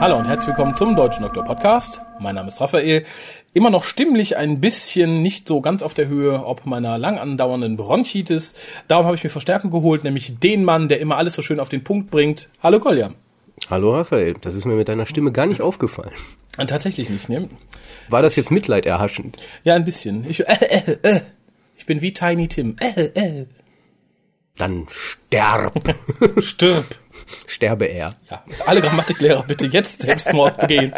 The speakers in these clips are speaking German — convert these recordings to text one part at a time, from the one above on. Hallo und herzlich willkommen zum Deutschen Doktor Podcast. Mein Name ist Raphael. Immer noch stimmlich ein bisschen nicht so ganz auf der Höhe, ob meiner lang andauernden Bronchitis. Darum habe ich mir Verstärkung geholt, nämlich den Mann, der immer alles so schön auf den Punkt bringt. Hallo Kolja. Hallo Raphael, das ist mir mit deiner Stimme gar nicht aufgefallen. Tatsächlich nicht, ne? War das jetzt Mitleid erhaschend? Ja, ein bisschen. Ich, äh, äh, äh. ich bin wie Tiny Tim. Äh, äh. Dann sterb, Stirb. sterbe er. Ja, alle Grammatiklehrer bitte jetzt Selbstmord begehen.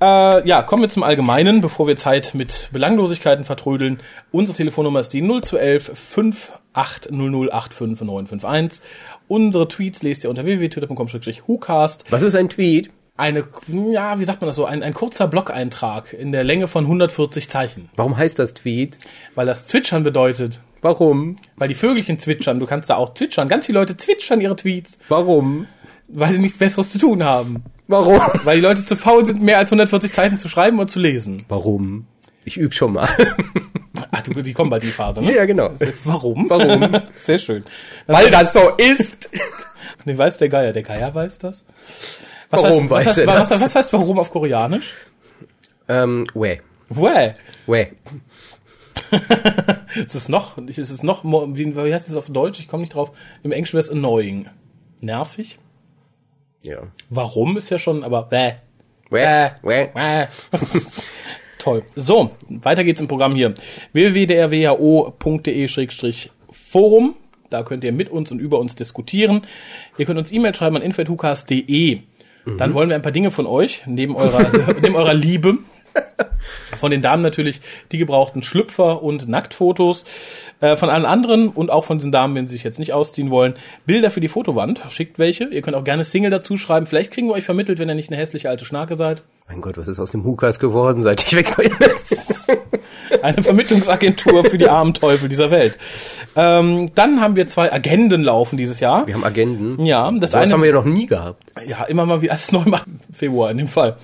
Äh, ja, kommen wir zum Allgemeinen, bevor wir Zeit mit Belanglosigkeiten vertrödeln. Unsere Telefonnummer ist die 0211 5800855951. Unsere Tweets lest ihr unter www.twitter.com-hucast. Was ist ein Tweet? Eine, ja, wie sagt man das so, ein, ein kurzer Blog-Eintrag in der Länge von 140 Zeichen. Warum heißt das Tweet? Weil das Zwitschern bedeutet, Warum? weil die Vögelchen zwitschern. Du kannst da auch zwitschern. Ganz viele Leute zwitschern ihre Tweets, Warum? weil sie nichts Besseres zu tun haben. Warum? Weil die Leute zu faul sind, mehr als 140 Zeichen zu schreiben und zu lesen. Warum? Ich üb schon mal. Ach, du, die kommen bald in die Phase, ne? ja, genau. Warum? Warum? Sehr schön. Weil das so ist. Den weiß der Geier. Der Geier weiß das. Was Warum heißt, was weiß heißt, er was, das? Was heißt warum auf Koreanisch? Ähm, weh. Wäh. Weh. Ist es noch, ist es noch, mo- wie, wie heißt es auf Deutsch? Ich komme nicht drauf. Im Englischen wäre es annoying. Nervig. Ja. Warum ist ja schon, aber wäh. Weh. Weh. Äh. Toll. So, weiter geht's im Programm hier. www.drwho.de-forum. e Da könnt ihr mit uns und über uns diskutieren. Ihr könnt uns E-Mail schreiben an info.hukas.de. e. Dann wollen wir ein paar Dinge von euch, neben eurer, neben eurer Liebe. Von den Damen natürlich die gebrauchten Schlüpfer und Nacktfotos. Äh, von allen anderen und auch von diesen Damen, wenn sie sich jetzt nicht ausziehen wollen, Bilder für die Fotowand. Schickt welche. Ihr könnt auch gerne Single dazu schreiben. Vielleicht kriegen wir euch vermittelt, wenn ihr nicht eine hässliche alte Schnarke seid. Mein Gott, was ist aus dem Hukas geworden, seit ich weg bin? Eine Vermittlungsagentur für die armen Teufel dieser Welt. Ähm, dann haben wir zwei Agenden laufen dieses Jahr. Wir haben Agenden. Ja, das Das eine, haben wir ja noch nie gehabt. ja, immer mal wie alles neu machen. Februar in dem Fall.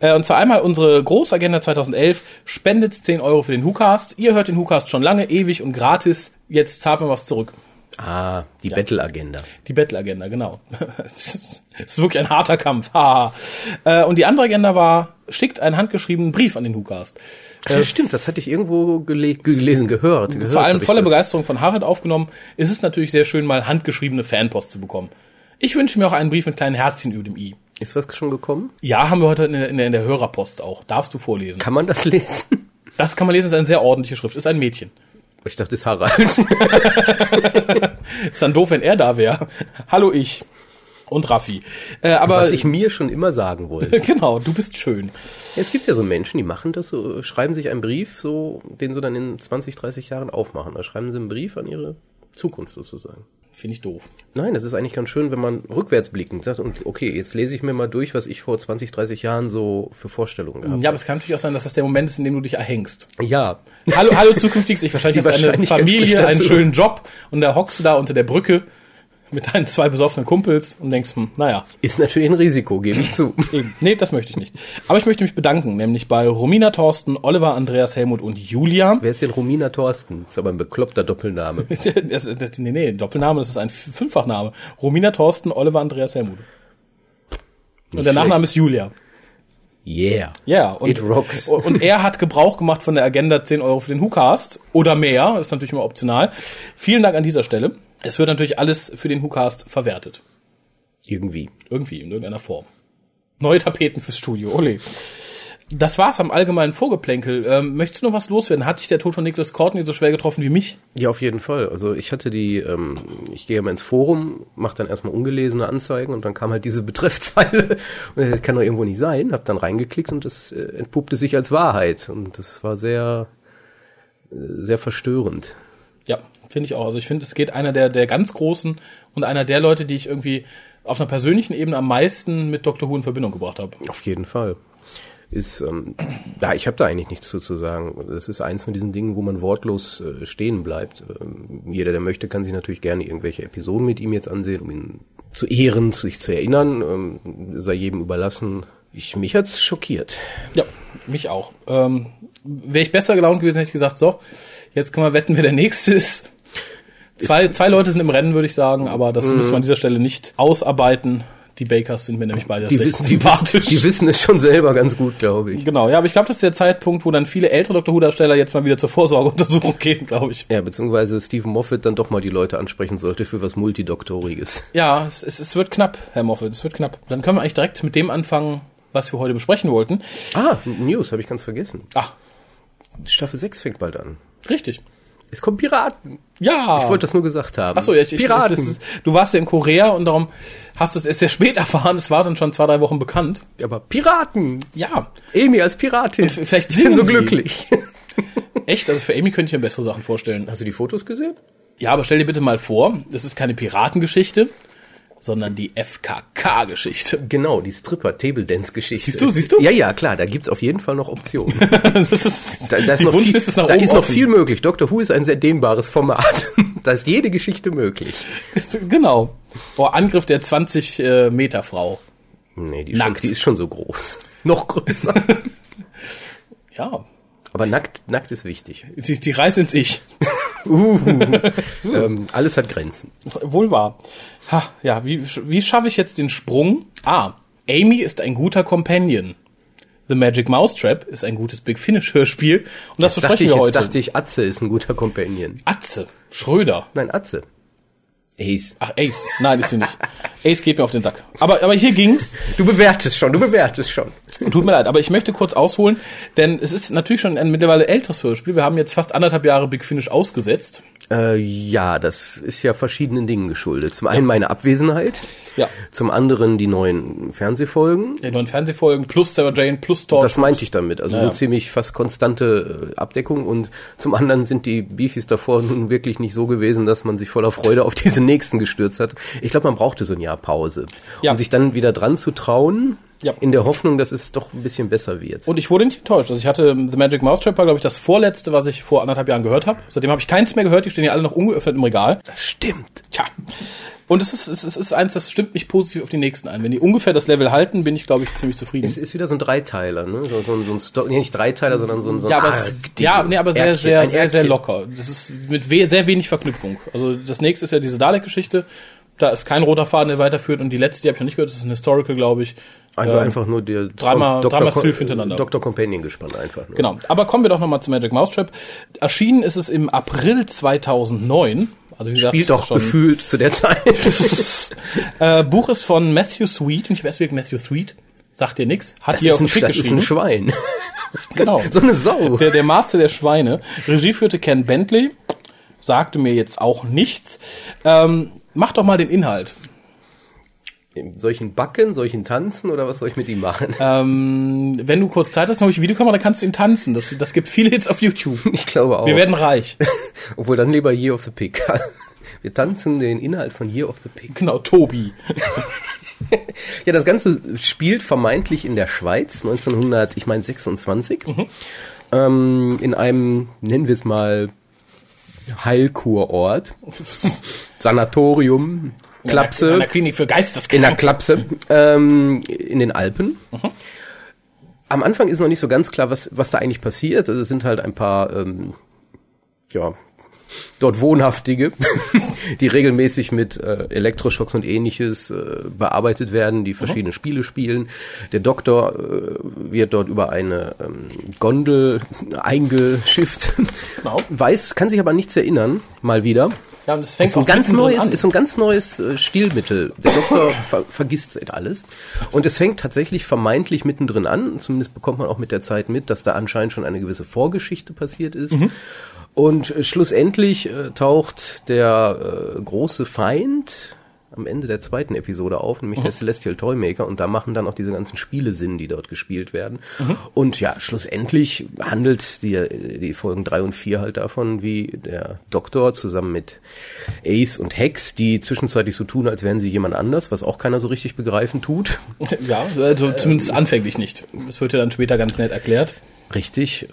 Äh, und zwar einmal unsere Großagenda 2011. Spendet 10 Euro für den WhoCast. Ihr hört den WhoCast schon lange, ewig und gratis. Jetzt zahlt man was zurück. Ah, die Battle-Agenda. Die Bettelagenda, genau. das ist wirklich ein harter Kampf. haha. äh, und die andere Agenda war, schickt einen handgeschriebenen Brief an den WhoCast. Ja, stimmt, das hatte ich irgendwo gele gelesen, gehört. gehört Äh. vor allem hab ich voller das. Begeisterung von Harald aufgenommen, ist es natürlich sehr schön, mal handgeschriebene Fanpost zu bekommen. Ich wünsche mir auch einen Brief mit kleinen Herzchen über dem i. Ist was schon gekommen? Ja, haben wir heute in der, in der, in der Hörerpost auch. Darfst du vorlesen. Kann man das lesen? Das kann man lesen, ist eine sehr ordentliche Schrift. Ist ein Mädchen. Ich dachte, das ist Harald. Ist dann doof, wenn er da wäre. Hallo ich. Und Raffi. Äh, aber Was ich mir schon immer sagen wollte. genau, du bist schön. Es gibt ja so Menschen, die machen das so, schreiben sich einen Brief, so, den sie dann in 20, 30 Jahren aufmachen. Da schreiben sie einen Brief an ihre Zukunft sozusagen. Finde ich doof. Nein, das ist eigentlich ganz schön, wenn man rückwärts blickend sagt, und okay, jetzt lese ich mir mal durch, was ich vor 20, 30 Jahren so für Vorstellungen gehabt Ja, aber es kann natürlich auch sein, dass das der Moment ist, in dem du dich erhängst. habe. Ja. Hallo, hallo zukünftiges Ich. Wahrscheinlich Die hast du eine Wahrscheinlichkeit spricht Familie, dazu. einen schönen Job und da hockst du da unter der Brücke mit deinen zwei besoffenen Kumpels und denkst, hm, naja, Ist natürlich ein Risiko, gebe ich zu. Eben. Nee, das möchte ich nicht. Aber ich möchte mich bedanken, nämlich bei Romina Thorsten, Oliver, Andreas, Helmut und Julia. Wer ist denn Romina Thorsten? Ist aber ein bekloppter Doppelname. Das, das, nee, nee, Doppelname, das ist ein Fünffachname. Romina Thorsten, Oliver, Andreas, Helmut. Und der schlecht. Nachname ist Julia. Yeah. Ja, und, It rocks. und er hat Gebrauch gemacht von der Agenda 10 Euro für den WhoCast oder mehr, ist natürlich immer optional. Vielen Dank an dieser Stelle. Es wird natürlich alles für den WhoCast verwertet. Irgendwie. Irgendwie, in irgendeiner Form. Neue Tapeten fürs Studio, ole. Das war's am allgemeinen Vorgeplänkel. Ähm, möchtest du noch was loswerden? Hat dich der Tod von Nicholas Courtney so schwer getroffen wie mich? Ja, auf jeden Fall. Also ich hatte die, ähm, ich gehe immer ins Forum, mache dann erstmal ungelesene Anzeigen und dann kam halt diese Betreffzeile. Und ich, das kann doch irgendwo nicht sein. Hab dann reingeklickt und das äh, entpuppte sich als Wahrheit. Und das war sehr, äh, sehr verstörend. Ja, finde ich auch. Also ich finde, es geht einer der, der ganz Großen und einer der Leute, die ich irgendwie auf einer persönlichen Ebene am meisten mit Dr. Who in Verbindung gebracht habe. Auf jeden Fall. Ist, ähm, da, ich habe da eigentlich nichts zu, zu sagen. Das ist eins von diesen Dingen, wo man wortlos äh, stehen bleibt. Ähm, jeder, der möchte, kann sich natürlich gerne irgendwelche Episoden mit ihm jetzt ansehen, um ihn zu ehren, sich zu erinnern. Ähm, sei jedem überlassen. Ich, mich hat's schockiert. Ja, mich auch. Ähm, Wäre ich besser gelaunt gewesen, hätte ich gesagt, so, jetzt können wir wetten, wer der Nächste ist. Mhm. Zwei, zwei Leute sind im Rennen, würde ich sagen, aber das müssen wir an dieser Stelle nicht ausarbeiten. Die Bakers sind mir nämlich beide Die, wissen, die, wissen, die wissen es schon selber ganz gut, glaube ich. Genau, ja, aber ich glaube, das ist der Zeitpunkt, wo dann viele ältere Dr. Who-Darsteller jetzt mal wieder zur Vorsorgeuntersuchung gehen, glaube ich. Ja, beziehungsweise Stephen Moffat dann doch mal die Leute ansprechen sollte für was Multidoktoriges. Ja, es, es, es wird knapp, Herr Moffat, es wird knapp. Dann können wir eigentlich direkt mit dem anfangen, was wir heute besprechen wollten. Ah, News habe ich ganz vergessen. Ach, Staffel 6 fängt bald an. richtig. Es kommen Piraten. Ja. Ich wollte das nur gesagt haben. Achso, ja, ich, ich, Piraten. das ist- du warst ja in Korea und darum hast du es erst sehr spät erfahren. Es war dann schon zwei, drei Wochen bekannt. aber Piraten. Ja, Emi als Piratin. f- vielleicht ich bin singen so sie. glücklich. echt. Also für Amy könnte ich mir bessere Sachen vorstellen. Also, Hast du die Fotos gesehen? Ja, aber stell dir bitte mal vor, das ist keine Piratengeschichte, sondern die FKK-Geschichte. Genau, die Stripper Table Dance Geschichte. Siehst du, siehst du? Ja, ja, klar, da gibt's auf jeden Fall noch Optionen. Das ist, Da, da ist, die noch viel, Wunschliste ist nach da oben ist noch offen. viel möglich. Doctor Who ist ein sehr dehnbares Format. da ist jede Geschichte möglich. Genau. Oh, Angriff der 20 äh, Meter Frau. Nee, die, ist Nackt. Schon, die ist schon so groß. noch größer. Ja, Aber nackt, nackt ist wichtig. die, die reißt ins Ich. Hm. Ähm, alles hat Grenzen. Wohl wahr. Ha, ja, wie, wie schaffe ich jetzt den Sprung? Ah, Amy ist ein guter Companion. The Magic Mousetrap ist ein gutes Big Finish Hörspiel. Und das Jetzt dachte, besprechen ich, wir jetzt heute. dachte ich, Atze ist ein guter Companion. Atze, Schröder. Nein, Atze. Ace. Ach, Ace. Nein, ist sie nicht. Ace geht mir auf den Sack. Aber, aber hier ging's. Du bewertest schon, du bewertest schon. Tut mir leid, aber ich möchte kurz ausholen, denn es ist natürlich schon ein mittlerweile älteres Hörspiel. Wir haben jetzt fast anderthalb Jahre Big Finish ausgesetzt. Äh, ja, das ist ja verschiedenen Dingen geschuldet. Zum einen meine Abwesenheit, Ja. zum anderen die neuen Fernsehfolgen. Die neuen Fernsehfolgen plus Sarah Jane plus Torch. Das meinte ich damit. Also Oh, Ja. so ziemlich fast konstante äh, Abdeckung. Und zum anderen sind die Beefies davor nun wirklich nicht so gewesen, dass man sich voller Freude auf diese nächsten gestürzt hat. Ich glaube, man brauchte so ein Jahr Pause, Ja. um sich dann wieder dran zu trauen, Ja. in der Hoffnung, dass es doch ein bisschen besser wird. Und ich wurde nicht enttäuscht. Also ich hatte ähm, The Magic Mousetrap war, glaube ich, das vorletzte, was ich vor anderthalb Jahren gehört habe. Seitdem habe ich keins mehr gehört. Die stehen ja alle noch ungeöffnet im Regal. stimmt. Tja. Und es ist, es ist, es ist eins, das stimmt mich positiv auf die nächsten ein. Wenn die ungefähr das Level halten, bin ich, glaube ich, ziemlich zufrieden. Es ist wieder so ein Dreiteiler, ne? So, so, ein- so ein Stock, nee, nicht Dreiteiler, sondern so ein, so ein ja, aber, Arc, es- Ah, die- ja, nee, aber sehr, Ärkchen, sehr, ein sehr, sehr Ärkchen. locker. Das ist mit we sehr wenig Verknüpfung. Also das nächste ist ja diese Dalek-Geschichte. Da ist kein roter Faden, der weiterführt. Und die letzte, die habe ich noch nicht gehört, das ist ein Historical, glaube ich. Also Ähm, einfach nur der dreimal- Dr. dreimal Co- Sylph hintereinander. Dr. Companion gespannt einfach. Nur. Genau. Aber kommen wir doch nochmal zu Magic Mousetrap. Erschienen ist es im April 2009. Also wie gesagt, Spielt doch schon- gefühlt zu der Zeit. äh, Buch ist von Matthew Sweet. Und ich habe erst wirklich Matthew Sweet. Sagt dir nix. Hat Das hier auf ist, den ein, Trick das ist ein geschrieben. Schwein. Genau. so eine Sau. Der, der Master der Schweine. Regie führte Ken Bentley. Sagte mir jetzt auch nichts. Ähm, mach doch mal den Inhalt. Soll ich ihn backen? Soll ich ihn tanzen? Oder was soll ich mit ihm machen? Ähm, wenn du kurz Zeit hast, habe ich eine Videokamera, dann kannst du ihn tanzen. Das, das gibt viele Hits auf YouTube. Ich glaube auch. Wir werden reich. Obwohl dann lieber Year of the Pig. Wir tanzen den Inhalt von Year of the Pig. Genau, Tobi. Ja, das Ganze spielt vermeintlich in der Schweiz, 1900, ich meine 26, Mhm. ähm, in einem, nennen wir es mal, Heilkurort, Sanatorium, In Klapse, einer Klinik für in der Geisteskranke. Klapse, ähm, in den Alpen. Am Anfang ist noch nicht so ganz klar, was, was da eigentlich passiert. Also es sind halt ein paar, ähm, ja, dort Wohnhaftige, die regelmäßig mit äh, Elektroschocks und ähnliches äh, bearbeitet werden, die verschiedene Spiele spielen. Der Doktor äh, wird dort über eine ähm, Gondel eingeschifft, Genau. weiß, kann sich aber an nichts erinnern, mal wieder. Ja, und es fängt Ist ein auch ganz mittendrin neues, an. ist so ein ganz neues äh, Stilmittel. Der Doktor ver vergisst alles. Und es fängt tatsächlich vermeintlich mittendrin an. Zumindest bekommt man auch mit der Zeit mit, dass da anscheinend schon eine gewisse Vorgeschichte passiert ist. Und äh, schlussendlich äh, taucht der äh, große Feind am Ende der zweiten Episode auf, nämlich der Celestial Toymaker. Und da machen dann auch diese ganzen Spiele Sinn, die dort gespielt werden. Und ja, schlussendlich handelt die, die Folgen drei und vier halt davon, wie der Doktor zusammen mit Ace und Hex, die zwischenzeitlich so tun, als wären sie jemand anders, was auch keiner so richtig begreifen tut. Ja, also zumindest anfänglich nicht. Das wird ja dann später ganz nett erklärt. Richtig.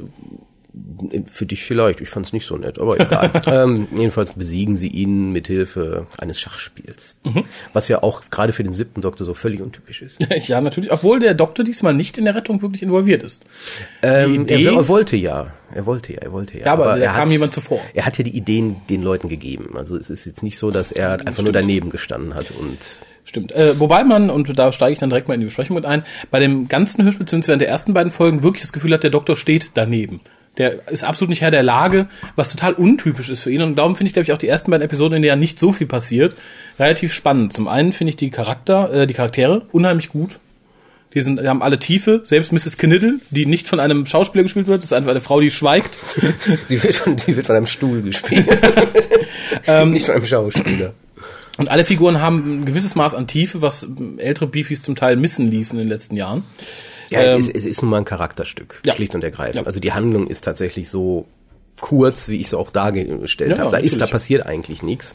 Für dich vielleicht, ich fand's nicht so nett, aber egal. ähm, jedenfalls besiegen sie ihn mit Hilfe eines Schachspiels. Was ja auch gerade für den siebten Doktor so völlig untypisch ist. Ja, natürlich. Obwohl der Doktor diesmal nicht in der Rettung wirklich involviert ist. Ähm, Idee- Er, er wollte ja. Er wollte ja, er wollte ja. Ja, aber da er kam hat's- jemand zuvor. Er hat ja die Ideen den Leuten gegeben. Also es ist jetzt nicht so, dass er einfach nur daneben gestanden hat und Stimmt. Äh, wobei man, und da steige ich dann direkt mal in die Besprechung mit ein, bei dem ganzen Hörspiel, beziehungsweise während der ersten beiden Folgen, wirklich das Gefühl hat, der Doktor steht daneben. Der ist absolut nicht Herr der Lage, was total untypisch ist für ihn. Und darum finde ich, glaube ich, auch die ersten beiden Episoden, in der nicht so viel passiert, relativ spannend. Zum einen finde ich die Charakter, äh, die Charaktere unheimlich gut. Die, sind, die haben alle Tiefe. Selbst Mrs. Kniddle, die nicht von einem Schauspieler gespielt wird, das ist einfach eine Frau, die schweigt. Die wird von, die wird von einem Stuhl gespielt. Ähm, Nicht von einem Schauspieler. Und alle Figuren haben ein gewisses Maß an Tiefe, was ältere Beefies zum Teil missen ließ in den letzten Jahren. Ja, Ähm, es, ist, es ist nun mal ein Charakterstück, Ja. schlicht und ergreifend. Ja. Also die Handlung ist tatsächlich so kurz, wie ich es auch dargestellt Ja, habe. Da ist, da natürlich. passiert eigentlich nichts.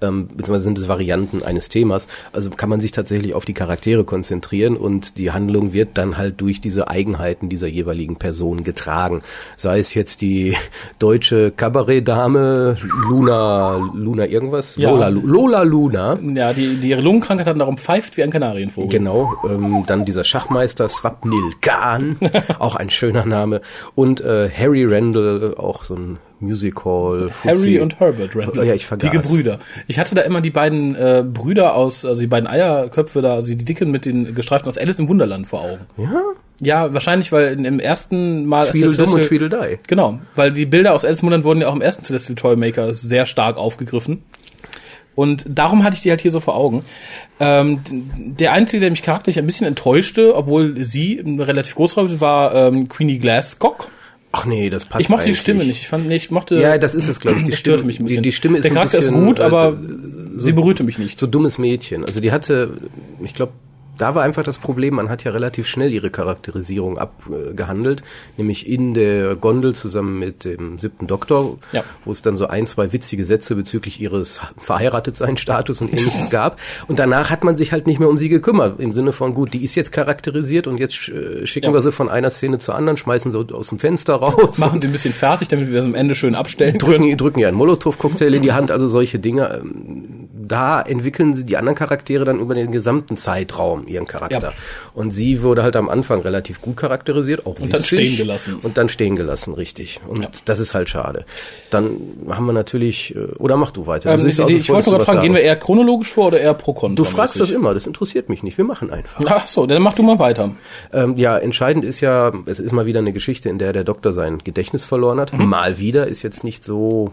Ähm, beziehungsweise sind es Varianten eines Themas. Also kann man sich tatsächlich auf die Charaktere konzentrieren und die Handlung wird dann halt durch diese Eigenheiten dieser jeweiligen Person getragen. Sei es jetzt die deutsche Kabarettdame Luna, Luna irgendwas? Ja. Lola, Lu- Lola Luna. Ja, die, die ihre Lungenkrankheit hat und darum pfeift wie ein Kanarienvogel. Genau, ähm, dann dieser Schachmeister Swapnil Khan, auch ein schöner Name. Und äh, Harry Randall, auch so ein Music Hall. Harry und Herbert Randall. Oh ja, ich vergaß. Die Gebrüder. Ich hatte da immer die beiden äh, Brüder aus, also die beiden Eierköpfe da, also die Dicken mit den gestreiften aus Alice im Wunderland vor Augen. Ja, Ja, wahrscheinlich, weil in- im ersten Mal als der Tweedledum und Celestial- Tweedledei. Genau, weil die Bilder aus Alice im Wunderland wurden ja auch im ersten Celestial Toymaker sehr stark aufgegriffen. Und darum hatte ich die halt hier so vor Augen. Ähm, d- der Einzige, der mich charakterlich ein bisschen enttäuschte, obwohl sie eine relativ große Rolle spielt, war ähm, Queenie Glasscock. Ach nee, das passt Ich mochte die eigentlich. Stimme nicht. Ich fand, nee, ich mochte. Ja, das ist es, glaube ich. Die das störte Stimme- mich ein bisschen. Die, die Stimme ist der ein Charakter bisschen, ist gut, äh, aber sie berührte mich nicht. so dummes Mädchen. Also die hatte, ich glaube, da war einfach das Problem, man hat ja relativ schnell ihre Charakterisierung abgehandelt, nämlich in der Gondel zusammen mit dem siebten Doktor, Ja. wo es dann so ein, zwei witzige Sätze bezüglich ihres Verheiratetsein-Status und ähnliches gab. Und danach hat man sich halt nicht mehr um sie gekümmert, im Sinne von, gut, die ist jetzt charakterisiert und jetzt sch- äh, schicken Ja. wir sie von einer Szene zur anderen, schmeißen sie aus dem Fenster raus. Machen sie ein bisschen fertig, damit wir das am Ende schön abstellen können. drücken, drücken ihr einen Molotow-Cocktail in die Hand, also solche Dinge. ähm, Da entwickeln sie die anderen Charaktere dann über den gesamten Zeitraum ihren Charakter. Ja. Und sie wurde halt am Anfang relativ gut charakterisiert, auch Und dann witzig. stehen gelassen. Und dann stehen gelassen, richtig. Und das ist halt schade. Dann haben wir natürlich, äh, oder mach du weiter. Du Ähm, siehst ich aus, als ich wollte wolltest du sogar was fragen, gehen wir sagen. eher chronologisch vor oder eher pro kontra? Du fragst das immer, das interessiert mich nicht. Wir machen einfach. Ach so, dann mach du mal weiter. Ähm, ja, entscheidend ist ja, es ist mal wieder eine Geschichte, in der der Doktor sein Gedächtnis verloren Mhm. hat. Mal wieder ist jetzt nicht so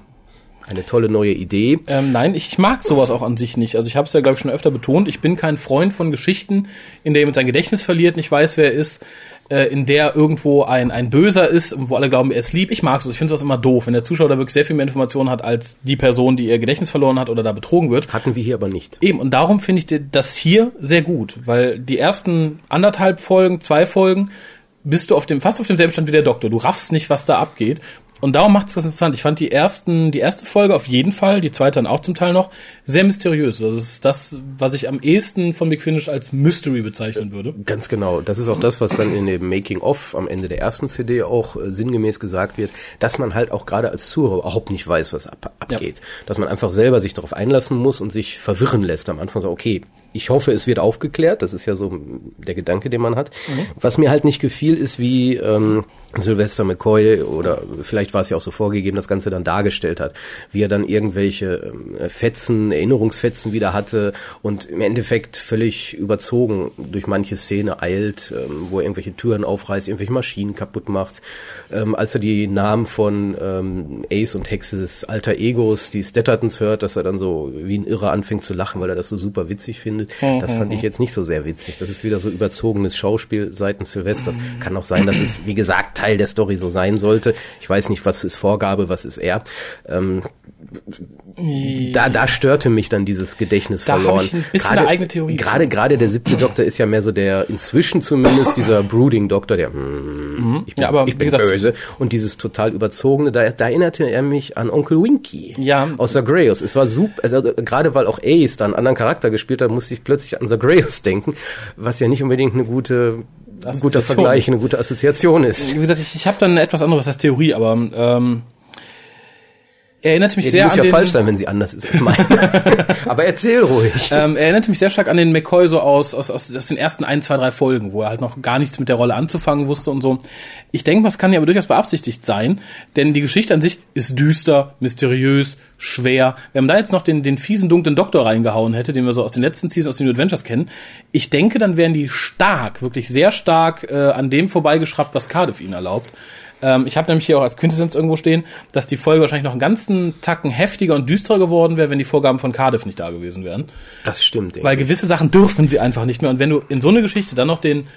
eine tolle neue Idee. Ähm, nein, ich, ich mag sowas auch an sich nicht. Also ich habe es ja, glaube ich, schon öfter betont. Ich bin kein Freund von Geschichten, in der jemand sein Gedächtnis verliert, nicht weiß, wer er ist, äh, in der irgendwo ein, ein Böser ist und wo alle glauben, er ist lieb. Ich mag sowas. Ich finde sowas immer doof, wenn der Zuschauer da wirklich sehr viel mehr Informationen hat als die Person, die ihr Gedächtnis verloren hat oder da betrogen wird. Hatten wir hier aber nicht. Eben, und darum finde ich das hier sehr gut, weil die ersten anderthalb Folgen, zwei Folgen, bist du auf dem, fast auf demselben Stand wie der Doktor. Du raffst nicht, was da abgeht. Und darum macht es das interessant. Ich fand die ersten, die erste Folge auf jeden Fall, die zweite dann auch zum Teil noch, sehr mysteriös. Das ist das, was ich am ehesten von Big Finish als Mystery bezeichnen würde. Ganz genau. Das ist auch das, was dann in dem Making-of am Ende der ersten CD auch äh, sinngemäß gesagt wird, dass man halt auch gerade als Zuhörer überhaupt nicht weiß, was ab, abgeht. Dass man einfach selber sich darauf einlassen muss und sich verwirren lässt. Am Anfang so, okay, ich hoffe, es wird aufgeklärt. Das ist ja so mm, der Gedanke, den man hat. Was mir halt nicht gefiel, ist wie ähm, Sylvester McCoy oder vielleicht war es ja auch so vorgegeben, das Ganze dann dargestellt hat, wie er dann irgendwelche ähm, Fetzen, Erinnerungsfetzen wieder hatte und im Endeffekt völlig überzogen durch manche Szene eilt, ähm, wo er irgendwelche Türen aufreißt, irgendwelche Maschinen kaputt macht. Ähm, als er die Namen von ähm, Ace und Hexes alter Egos, die Stettertons hört, dass er dann so wie ein Irrer anfängt zu lachen, weil er das so super witzig findet. Hm, Das fand ich jetzt nicht so sehr witzig. Das ist wieder so überzogenes Schauspiel seitens Silvesters. Kann auch sein, dass es, wie gesagt, Teil der Story so sein sollte. Ich weiß nicht, was ist Vorgabe, was ist er. Ähm, da, da störte mich dann dieses Gedächtnis Da hab ich verloren. ein bisschen eine eigene Theorie. Gerade, gerade der siebte Doktor ist ja mehr so der, inzwischen zumindest, dieser Brooding-Doktor, der, hm, ich Mhm. bin, Ja, aber ich wie bin gesagt- böse. Und dieses total überzogene, da, da erinnerte er mich an Onkel Winky. Ja. Aus Zagreus. Es war super, also gerade weil auch Ace da einen anderen Charakter gespielt hat, musste ich plötzlich an Zagreus denken, was ja nicht unbedingt eine gute, ein guter Assoziation Vergleich, ist. eine gute Assoziation ist. Wie gesagt, ich, ich habe dann etwas anderes als Theorie, aber ähm, erinnert mich Ja, die sehr muss an ja den, falsch sein, wenn sie anders ist als meine. Aber erzähl ruhig. Ähm, erinnert mich sehr stark an den McCoy so aus, aus, aus, aus den ersten ein, zwei, drei Folgen, wo er halt noch gar nichts mit der Rolle anzufangen wusste und so. Ich denke, das kann ja aber durchaus beabsichtigt sein, denn die Geschichte an sich ist düster, mysteriös, schwer. Wenn man da jetzt noch den, den fiesen, dunklen Doktor reingehauen hätte, den wir so aus den letzten Seasons, aus den New Adventures kennen, ich denke, dann wären die stark, wirklich sehr stark äh, an dem vorbeigeschraubt, was Cardiff ihnen erlaubt. Ähm, ich habe nämlich hier auch als Quintessenz irgendwo stehen, dass die Folge wahrscheinlich noch einen ganzen Tacken heftiger und düsterer geworden wäre, wenn die Vorgaben von Cardiff nicht da gewesen wären. Das stimmt, ey. Weil gewisse Sachen dürfen sie einfach nicht mehr. Und wenn du in so eine Geschichte dann noch den,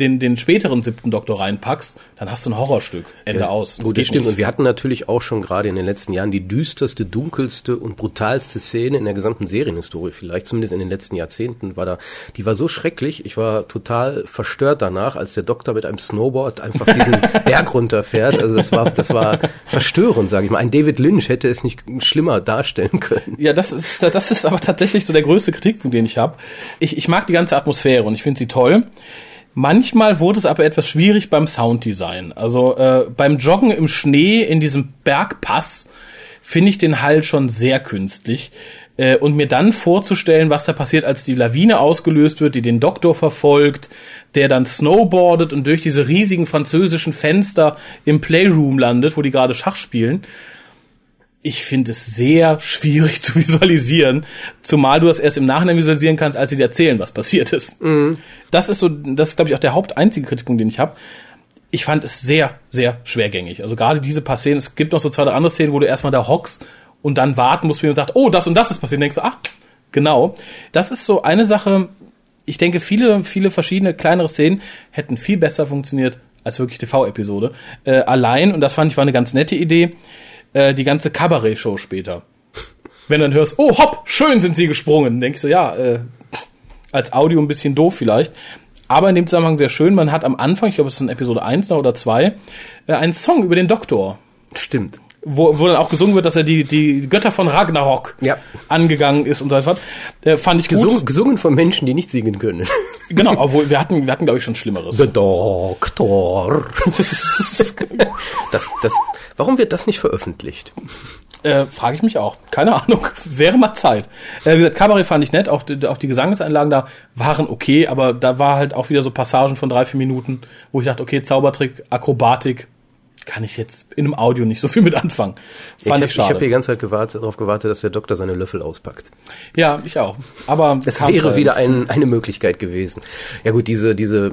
den, den späteren siebten Doktor reinpackst, dann hast du ein Horrorstück. Ende aus. Gut, das geht stimmt. nicht. Und wir hatten natürlich auch schon gerade in den letzten Jahren die düsterste, dunkelste und brutalste Szene in der gesamten Serienhistorie vielleicht, zumindest in den letzten Jahrzehnten war da. Die war so schrecklich, ich war total verstört danach, als der Doktor mit einem Snowboard einfach diesen Berg runterfährt. Also das war, das war verstörend, sage ich mal. Ein David Lynch hätte es nicht schlimmer darstellen können. Ja, das ist, das ist aber tatsächlich so der größte Kritikpunkt, den ich habe. Ich, ich mag die ganze Atmosphäre und ich finde sie toll. Manchmal wurde es aber etwas schwierig beim Sounddesign. Also äh, beim Joggen im Schnee in diesem Bergpass finde ich den Hall schon sehr künstlich. Äh, und mir dann vorzustellen, was da passiert, als die Lawine ausgelöst wird, die den Doktor verfolgt, der dann snowboardet und durch diese riesigen französischen Fenster im Playroom landet, wo die gerade Schach spielen ich finde es sehr schwierig zu visualisieren, zumal du das erst im Nachhinein visualisieren kannst, als sie dir erzählen, was passiert ist. Das ist so, das ist, glaube ich, auch der haupteinzige Kritikpunkt, den ich habe. Ich fand es sehr, sehr schwergängig. Also gerade diese paar Szenen, es gibt noch so zwei, drei andere Szenen, wo du erstmal da hockst und dann warten musst, wie man sagt, oh, das und das ist passiert. Und denkst du, ah, genau. Das ist so eine Sache, ich denke, viele, viele verschiedene kleinere Szenen hätten viel besser funktioniert als wirklich TV-Episode. Äh, allein, und das fand ich war eine ganz nette Idee, äh, die ganze Cabaret-Show später. Wenn du dann hörst, oh hopp, schön sind sie gesprungen, denkst du, ja, äh, als Audio ein bisschen doof vielleicht. Aber in dem Zusammenhang sehr schön, man hat am Anfang, ich glaube, es ist in Episode 1 noch oder 2, äh, einen Song über den Doktor, Stimmt. wo, wo dann auch gesungen wird, dass er die, die Götter von Ragnarok Ja. angegangen ist und so etwas. Äh, fand ich gut. Gesungen, gesungen von Menschen, die nicht singen können. Genau, obwohl wir hatten, wir hatten glaube ich schon Schlimmeres. The Doctor. Das, das, warum wird das nicht veröffentlicht? äh, Frage ich mich auch. Keine Ahnung. Wäre mal Zeit. Äh, wie gesagt, Kabarett fand ich nett. Auch, die- auch die Gesangseinlagen da waren okay, aber da war halt auch wieder so Passagen von drei, vier Minuten, wo ich dachte, okay, Zaubertrick, Akrobatik, kann ich jetzt in einem Audio nicht so viel mit anfangen. Fand ich, ich ich schade. habe die ganze Zeit gewartet, darauf gewartet, dass der Doktor seine Löffel auspackt. ja, ich auch. Aber Es kam äh, wäre leider wieder nicht. ein, eine Möglichkeit gewesen. Ja gut, diese, diese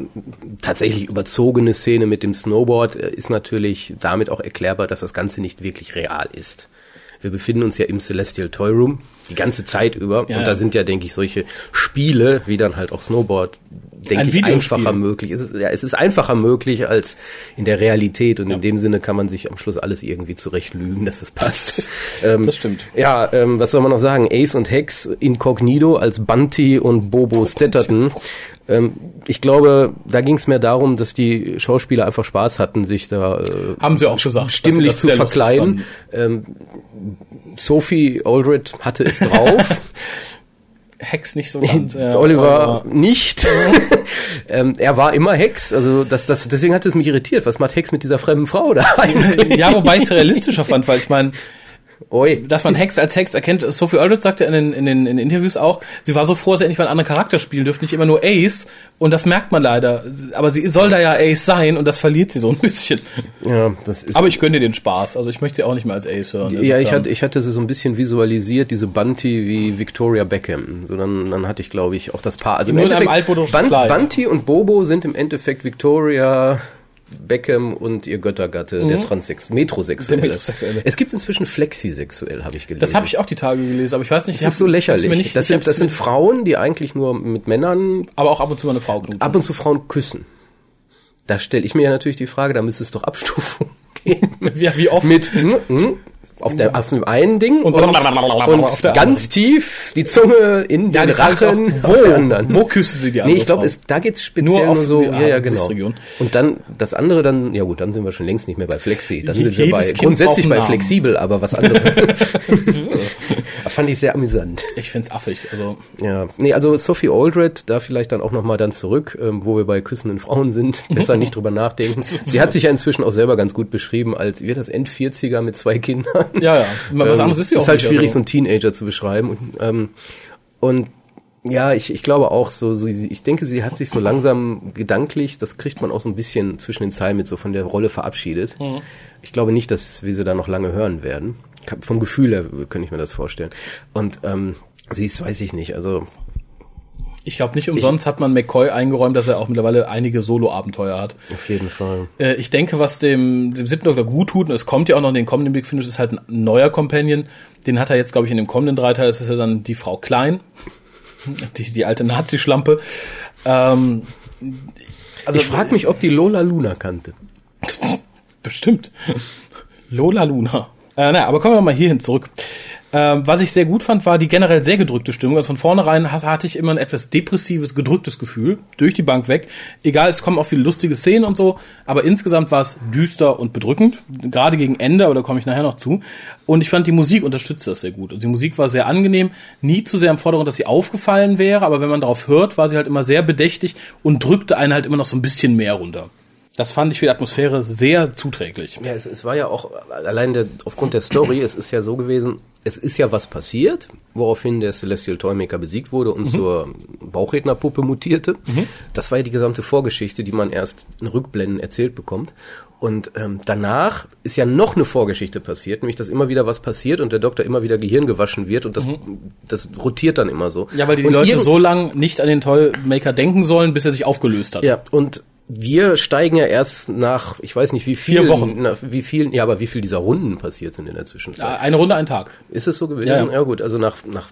tatsächlich überzogene Szene mit dem Snowboard äh, ist natürlich damit auch erklärbar, dass das Ganze nicht wirklich real ist. Wir befinden uns ja im Celestial Toy Room die ganze Zeit über Ja, und da ja. sind ja, denke ich, solche Spiele, wie dann halt auch Snowboard, denke Ein ich, Videospiel. einfacher möglich. Es ist, ja, es ist einfacher möglich als in der Realität und in dem Sinne kann man sich am Schluss alles irgendwie zurechtlügen, dass es passt. Ähm, Das stimmt. ja, ähm, was soll man noch sagen? Ace und Hex Incognito als Bunty und Oh Bobo Stetterton. Ähm, ich glaube, da ging es mehr darum, dass die Schauspieler einfach Spaß hatten, sich da äh, haben sie auch gesagt, dass sie stimmlich das zu sehr lustig verkleiden. fanden. Ähm, Sophie Aldred hatte es drauf. Hex nicht so ganz. äh, ja. Oliver nicht. ähm, er war immer Hex. Also das, das, deswegen hat es mich irritiert. Was macht Hex mit dieser fremden Frau da eigentlich? Ja, wobei ich es realistischer fand, weil ich meine, Oi. dass man Hex als Hex erkennt. Sophie Aldred sagte in den, in den in den Interviews auch, sie war so froh, dass sie endlich mal einen anderen Charakter spielen dürfte, nicht immer nur Ace. Und das merkt man leider. Aber sie soll da ja Ace sein und das verliert sie so ein bisschen. Ja, das ist Aber ich gönne dir den Spaß. Also ich möchte sie auch nicht mehr als Ace hören. Ja, Insofern. ich hatte, ich hatte sie so ein bisschen visualisiert, diese Bunty wie Victoria Beckham. So, dann, dann hatte ich, glaube ich, auch das Paar. Also im Nur in einem Endeffekt, altmodischen Kleid. Bunty und Bobo sind im Endeffekt Victoria Beckham und ihr Göttergatte, der Transsex, Metrosexuelle. Mhm. Der Metrosexuelle. Es gibt inzwischen Flexisexuell, habe ich gelesen. Das habe ich auch die Tage gelesen, aber ich weiß nicht. ich Das hab- ist so ich hab's mir lächerlich. Nicht, das ich hab's sind, das mir- sind Frauen, die eigentlich nur mit Männern aber auch ab und zu mal eine Frau knutschen. ab und zu Frauen küssen. Da stelle ich mir ja natürlich die Frage, da müsste es doch Abstufung geben. Ja, wie oft? Mit hm, hm, auf, der, auf dem einen Ding und, und, auf der ganz tief die Zunge in Ja, den die Frage ist Rachen auch, auf der wo, wo küssen sie die Nee, andere ich glaube, Frau? da geht es speziell nur, auf so. die Ja, ja, genau. Sitzregion. Und dann das andere dann, ja gut, dann sind wir schon längst nicht mehr bei Flexi. Dann Je- sind wir jedes bei Kind braucht grundsätzlich bei einen Namen. flexibel, aber was anderes. Fand ich sehr amüsant. Ich find's affig. Also Ja, nee, also Sophie Aldred, da vielleicht dann auch nochmal dann zurück, ähm, wo wir bei küssenden Frauen sind, besser nicht drüber nachdenken. Sie hat sich ja inzwischen auch selber ganz gut beschrieben als, wie war das, End-40er mit zwei Kindern. Ah Ja, ja. Was anderes ist ja auch ist halt nicht, schwierig, also. so einen Teenager zu beschreiben. Und, ähm, und ja, ich, ich glaube auch, so, so, sie- ich denke, sie hat sich so langsam gedanklich, das kriegt man auch so ein bisschen zwischen den Zeilen mit, so von der Rolle verabschiedet. Mhm. Ich glaube nicht, dass wir sie da noch lange hören werden. Ich hab- Vom Gefühl her könnte ich mir das vorstellen. Und ähm, sie ist, weiß ich nicht, also Ich glaube nicht umsonst hat man McCoy eingeräumt, dass er auch mittlerweile einige Solo-Abenteuer hat. auf jeden Fall. Äh, ich denke, was dem, dem siebten Doktor gut tut, und es kommt ja auch noch in den kommenden Big Finish, ist halt ein neuer Companion. Den hat er jetzt, glaube ich, in dem kommenden Dreiteil. Das ist ja dann die Frau Klein, die, die alte Nazi-Schlampe. Ähm, also ich frage mich, ob die Lola Luna kannte. Bestimmt. Lola Luna. Äh, naja, aber kommen wir mal hierhin zurück. Ähm, was ich sehr gut fand, war die generell sehr gedrückte Stimmung. Also von vornherein has- hatte ich immer ein etwas depressives, gedrücktes Gefühl. Durch die Bank weg. Egal, es kommen auch viele lustige Szenen und so. Aber insgesamt war es düster und bedrückend. Gerade gegen Ende, aber da komme ich nachher noch zu. Und ich fand, die Musik unterstützte das sehr gut. Also die Musik war sehr angenehm. Nie zu sehr im Vordergrund, dass sie aufgefallen wäre. Aber wenn man darauf hört, war sie halt immer sehr bedächtig und drückte einen halt immer noch so ein bisschen mehr runter. Das fand ich für die Atmosphäre sehr zuträglich. Ja, es, es war ja auch allein der, aufgrund der Story, es ist ja so gewesen, es ist ja was passiert, woraufhin der Celestial Toymaker besiegt wurde Mhm. und zur Bauchrednerpuppe mutierte. Das war ja die gesamte Vorgeschichte, die man erst in Rückblenden erzählt bekommt. Und ähm, danach ist ja noch eine Vorgeschichte passiert, nämlich dass immer wieder was passiert und der Doktor immer wieder Gehirn gewaschen wird und das, das rotiert dann immer so. Mhm. Ja, weil die und Leute irgend- so lange nicht an den Toymaker denken sollen, bis er sich aufgelöst hat. Ja, und wir steigen ja erst nach, ich weiß nicht, wie vielen, Vier Wochen. Nach, wie vielen, ja, aber wie viel dieser Runden passiert sind in der Zwischenzeit. Eine Runde, ein Tag. Ist es so gewesen? Ja, Ja, ja. gut, also nach, nach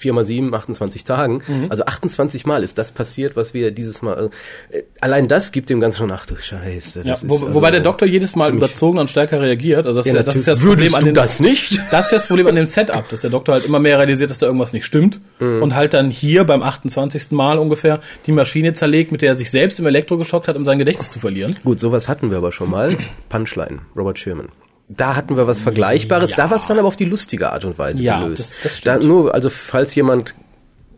4 mal 7, 28 Tagen. Mhm. Also 28 Mal ist das passiert, was wir dieses Mal. Also, äh, allein das gibt dem Ganzen schon, ach du Scheiße. Ja, Das wo, ist also wobei der Doktor jedes Mal ziemlich- überzogen und stärker reagiert. Also das, Ja, ist ja, das ist ja das würdest Problem an du den, das nicht? das ist ja das Problem an dem Setup, dass der Doktor halt immer mehr realisiert, dass da irgendwas nicht stimmt und halt dann hier beim 28. Mal ungefähr die Maschine zerlegt, mit der er sich selbst im Elektro geschockt hat, um sein Gedächtnis zu verlieren. Gut, sowas hatten wir aber schon mal. Punchline, Robert Sherman. Da hatten wir was Vergleichbares, da war es dann aber auf die lustige Art und Weise Ja, gelöst. das- das da stimmt. nur, also falls jemand,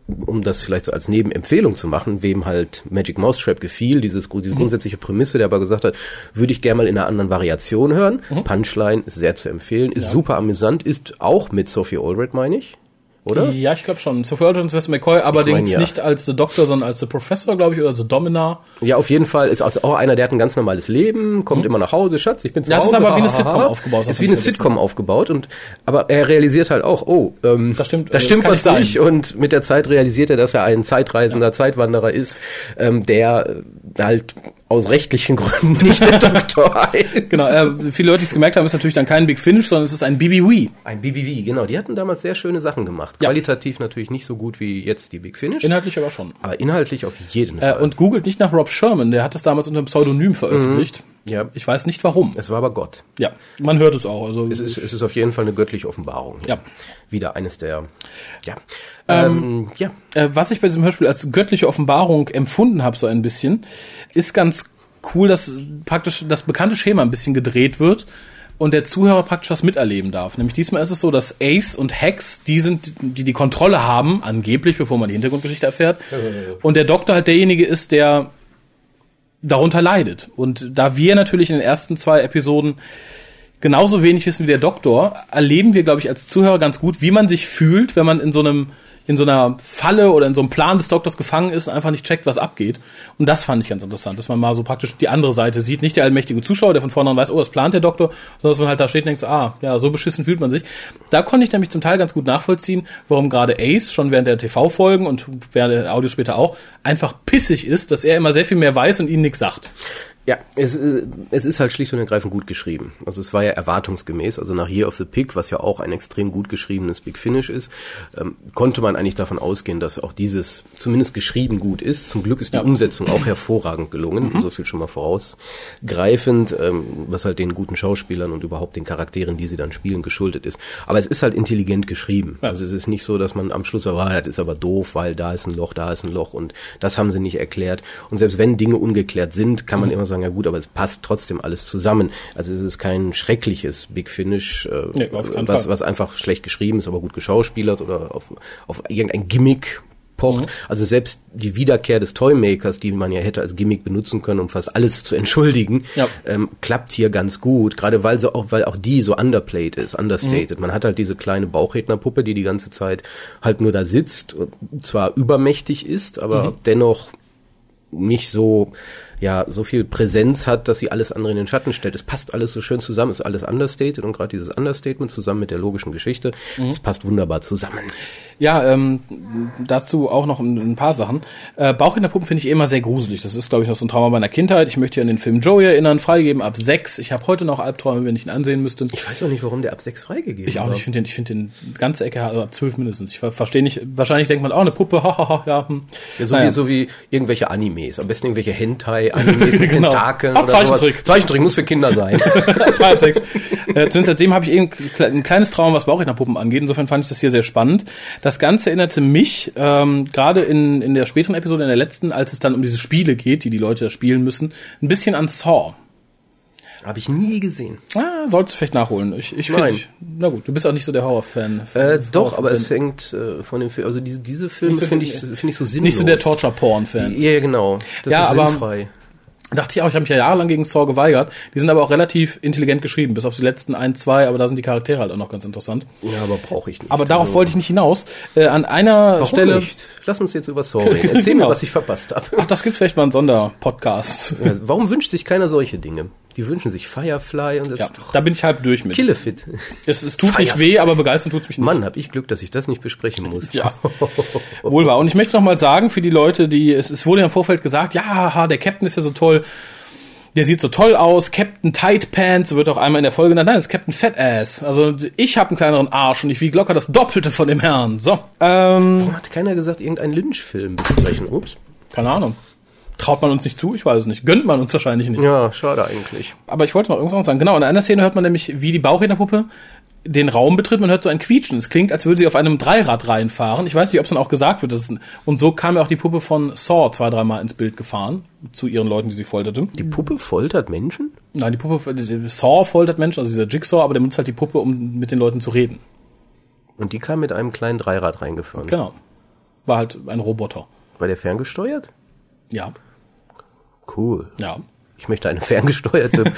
um das vielleicht so als Nebenempfehlung zu machen, wem halt Magic Mousetrap gefiel, dieses, gru- Mhm. diese grundsätzliche Prämisse, der aber gesagt hat, würde ich gerne mal in einer anderen Variation hören. Mhm. Punchline ist sehr zu empfehlen, ist super amüsant, ist auch mit Sophie Allred, meine ich, oder? Ja, ich glaube schon. Sophie Aldrin und Sylvester McCoy, allerdings ja. nicht als The Doctor, sondern als The Professor, glaube ich, oder The Dominar. Ja, auf jeden Fall ist also auch einer, der hat ein ganz normales Leben, kommt immer nach Hause, Schatz, ich bin zu Mhm. Das ist Hause. aber wie eine ha, ha, Sitcom ha. aufgebaut, das Ist wie eine muss man Sitcom aufgebaut und aber er realisiert halt auch, oh, ähm, Das stimmt, das äh, stimmt das kann was nicht sein. nicht und mit der Zeit realisiert er, dass er ein zeitreisender Zeitwanderer ist, ähm, der äh, halt aus rechtlichen Gründen nicht der Doktor heißt. Genau, äh, viele Leute, die es gemerkt haben, ist natürlich dann kein Big Finish, sondern es ist ein BBW. Ein BBW, genau, die hatten damals sehr schöne Sachen gemacht. Ja. Qualitativ natürlich nicht so gut wie jetzt die Big Finish, Inhaltlich aber schon. aber inhaltlich auf jeden Äh, Fall. und googelt nicht nach Rob Sherman, der hat das damals unter einem Pseudonym veröffentlicht. Ja. Ich weiß nicht warum. es war aber Gott. Ja, man hört es auch. Also, Es ist, es ist auf jeden Fall eine göttliche Offenbarung. Ja. Wieder eines der. Ja. Ähm, ja. äh, was ich bei diesem Hörspiel als göttliche Offenbarung empfunden habe, so ein bisschen, ist ganz cool, dass praktisch das bekannte Schema ein bisschen gedreht wird und der Zuhörer praktisch was miterleben darf. Nämlich diesmal ist es so, dass Ace und Hex, die sind, die die Kontrolle haben, angeblich, bevor man die Hintergrundgeschichte erfährt. Und der Doktor halt derjenige ist, der darunter leidet. Und da wir natürlich in den ersten zwei Episoden genauso wenig wissen wie der Doktor, erleben wir, glaube ich, als Zuhörer ganz gut, wie man sich fühlt, wenn man in so einem in so einer Falle oder in so einem Plan des Doktors gefangen ist und einfach nicht checkt, was abgeht. Und das fand ich ganz interessant, dass man mal so praktisch die andere Seite sieht. Nicht der allmächtige Zuschauer, der von vornherein weiß, oh, das plant der Doktor, sondern dass man halt da steht und denkt, so, ah, ja, so beschissen fühlt man sich. Da konnte ich nämlich zum Teil ganz gut nachvollziehen, warum gerade Ace schon während der TV-Folgen und während der Audio später auch einfach pissig ist, dass er immer sehr viel mehr weiß und ihnen nichts sagt. Ja, es, äh, es ist halt schlicht und ergreifend gut geschrieben. Also es war ja erwartungsgemäß, also nach Year of the Pig, was ja auch ein extrem gut geschriebenes Big Finish ist, ähm, konnte man eigentlich davon ausgehen, dass auch dieses zumindest geschrieben gut ist. Zum Glück ist die Umsetzung auch hervorragend gelungen, so viel schon mal vorausgreifend, ähm, was halt den guten Schauspielern und überhaupt den Charakteren, die sie dann spielen, geschuldet ist. Aber es ist halt intelligent geschrieben. Also es ist nicht so, dass man am Schluss sagt, ah, das ist aber doof, weil da ist ein Loch, da ist ein Loch und das haben sie nicht erklärt. Und selbst wenn Dinge ungeklärt sind, kann man Mhm. immer sagen, ja gut, aber es passt trotzdem alles zusammen. Also es ist kein schreckliches Big Finish, äh, Nee, auf keinen was, Fall. was einfach schlecht geschrieben ist, aber gut geschauspielert oder auf, auf irgendein Gimmick pocht. Also selbst die Wiederkehr des Toymakers, die man ja hätte als Gimmick benutzen können, um fast alles zu entschuldigen, Ja. ähm, klappt hier ganz gut. Gerade weil so auch, weil auch die so underplayed ist, understated. Man hat halt diese kleine Bauchrednerpuppe, die die ganze Zeit halt nur da sitzt und zwar übermächtig ist, aber dennoch nicht so, ja, so viel Präsenz hat, dass sie alles andere in den Schatten stellt. Es passt alles so schön zusammen, ist alles understated und gerade dieses Understatement zusammen mit der logischen Geschichte, Mhm. es passt wunderbar zusammen. Ja, ähm, dazu auch noch ein, ein paar Sachen. Äh, Bauch in der Puppen finde ich immer sehr gruselig. Das ist, glaube ich, noch so ein Trauma meiner Kindheit. Ich möchte hier an den Film Joey erinnern, freigeben ab sechs. Ich habe heute noch Albträume, wenn ich ihn ansehen müsste. Ich weiß auch nicht, warum der ab 6 freigegeben Ich auch nicht, ich finde den, ich find den ganze Ecke also ab zwölf mindestens. Ich ver- verstehe nicht, wahrscheinlich denkt man, oh, eine Puppe, hahaha, ja. Hm. Ja, so, Naja. wie, so wie irgendwelche Animes, am besten irgendwelche Hentai-Animes mit Genau. Tentakeln Ach, oder sowas. Zeichentrick. Zeichentrick muss für Kinder sein. Frei ab sechs. Äh, zumindest seitdem habe ich eben kle- ein kleines Traum, was Bauchrednerpuppen angeht. Insofern fand ich das hier sehr spannend. Das Ganze erinnerte mich, ähm, gerade in, in der späteren Episode, in der letzten, als es dann um diese Spiele geht, die die Leute da spielen müssen, ein bisschen an Saw. Habe ich nie gesehen. Ah, solltest du vielleicht nachholen. Ich, ich finde, Nein. ich- na gut, du bist auch nicht so der Horrorfan. Äh, Horror- doch, aber es Fan. hängt äh, von den Filmen, also diese, diese Filme so finde die- ich, finde ich so sinnlos. nicht so der Torture-Porn-Fan. Ja, genau. Das Ja, ist aber- sinnfrei. Dachte ich auch, ich habe mich ja jahrelang gegen Saw geweigert. Die sind aber auch relativ intelligent geschrieben, bis auf die letzten ein, zwei, aber da sind die Charaktere halt auch noch ganz interessant. Ja, aber brauche ich nicht. Aber darauf Also- wollte ich nicht hinaus. Äh, an einer Warum Stelle. nicht? Lass uns jetzt über Saw reden. Erzähl Genau. mir, was ich verpasst habe. Ach, das gibt vielleicht mal einen Sonderpodcast. Ja, Warum wünscht sich keiner solche Dinge? Die wünschen sich Firefly und Ja, jetzt doch da bin ich halb durch mit. Killefit. Es, es tut Feier. nicht weh, aber begeistern tut's mich nicht. Mann, hab ich Glück, dass ich das nicht besprechen muss. Ja. Wohl wahr. Und ich möchte noch mal sagen, für die Leute, die, es, es wurde ja im Vorfeld gesagt, ja, haha, der Captain ist ja so toll. Der sieht so toll aus. Captain Tight Pants wird auch einmal in der Folge genannt. Nein, das ist Captain Fat Ass. Also ich habe einen kleineren Arsch und ich wiege locker das Doppelte von dem Herrn. So, ähm, Warum hat keiner gesagt, irgendeinen Lynch-Film besprechen? Ups. keine Ahnung. Traut man uns nicht zu? Ich weiß es nicht. Gönnt man uns wahrscheinlich nicht. Ja, schade eigentlich. Aber ich wollte noch irgendwas anderes sagen. Genau, in einer Szene hört man nämlich, wie die Bauchrednerpuppe den Raum betritt, man hört so ein Quietschen. Es klingt, als würde sie auf einem Dreirad reinfahren. Ich weiß nicht, ob es dann auch gesagt wird. Das ist ein und so kam ja auch die Puppe von Saw zwei, dreimal ins Bild gefahren, zu ihren Leuten, die sie folterte. Die Puppe foltert Menschen? Nein, die Puppe, die Saw foltert Menschen, also dieser Jigsaw, aber der benutzt halt die Puppe, um mit den Leuten zu reden. Und die kam mit einem kleinen Dreirad reingefahren. Genau. War halt ein Roboter. War der ferngesteuert? Ja, Cool. ja. Ich möchte eine ferngesteuerte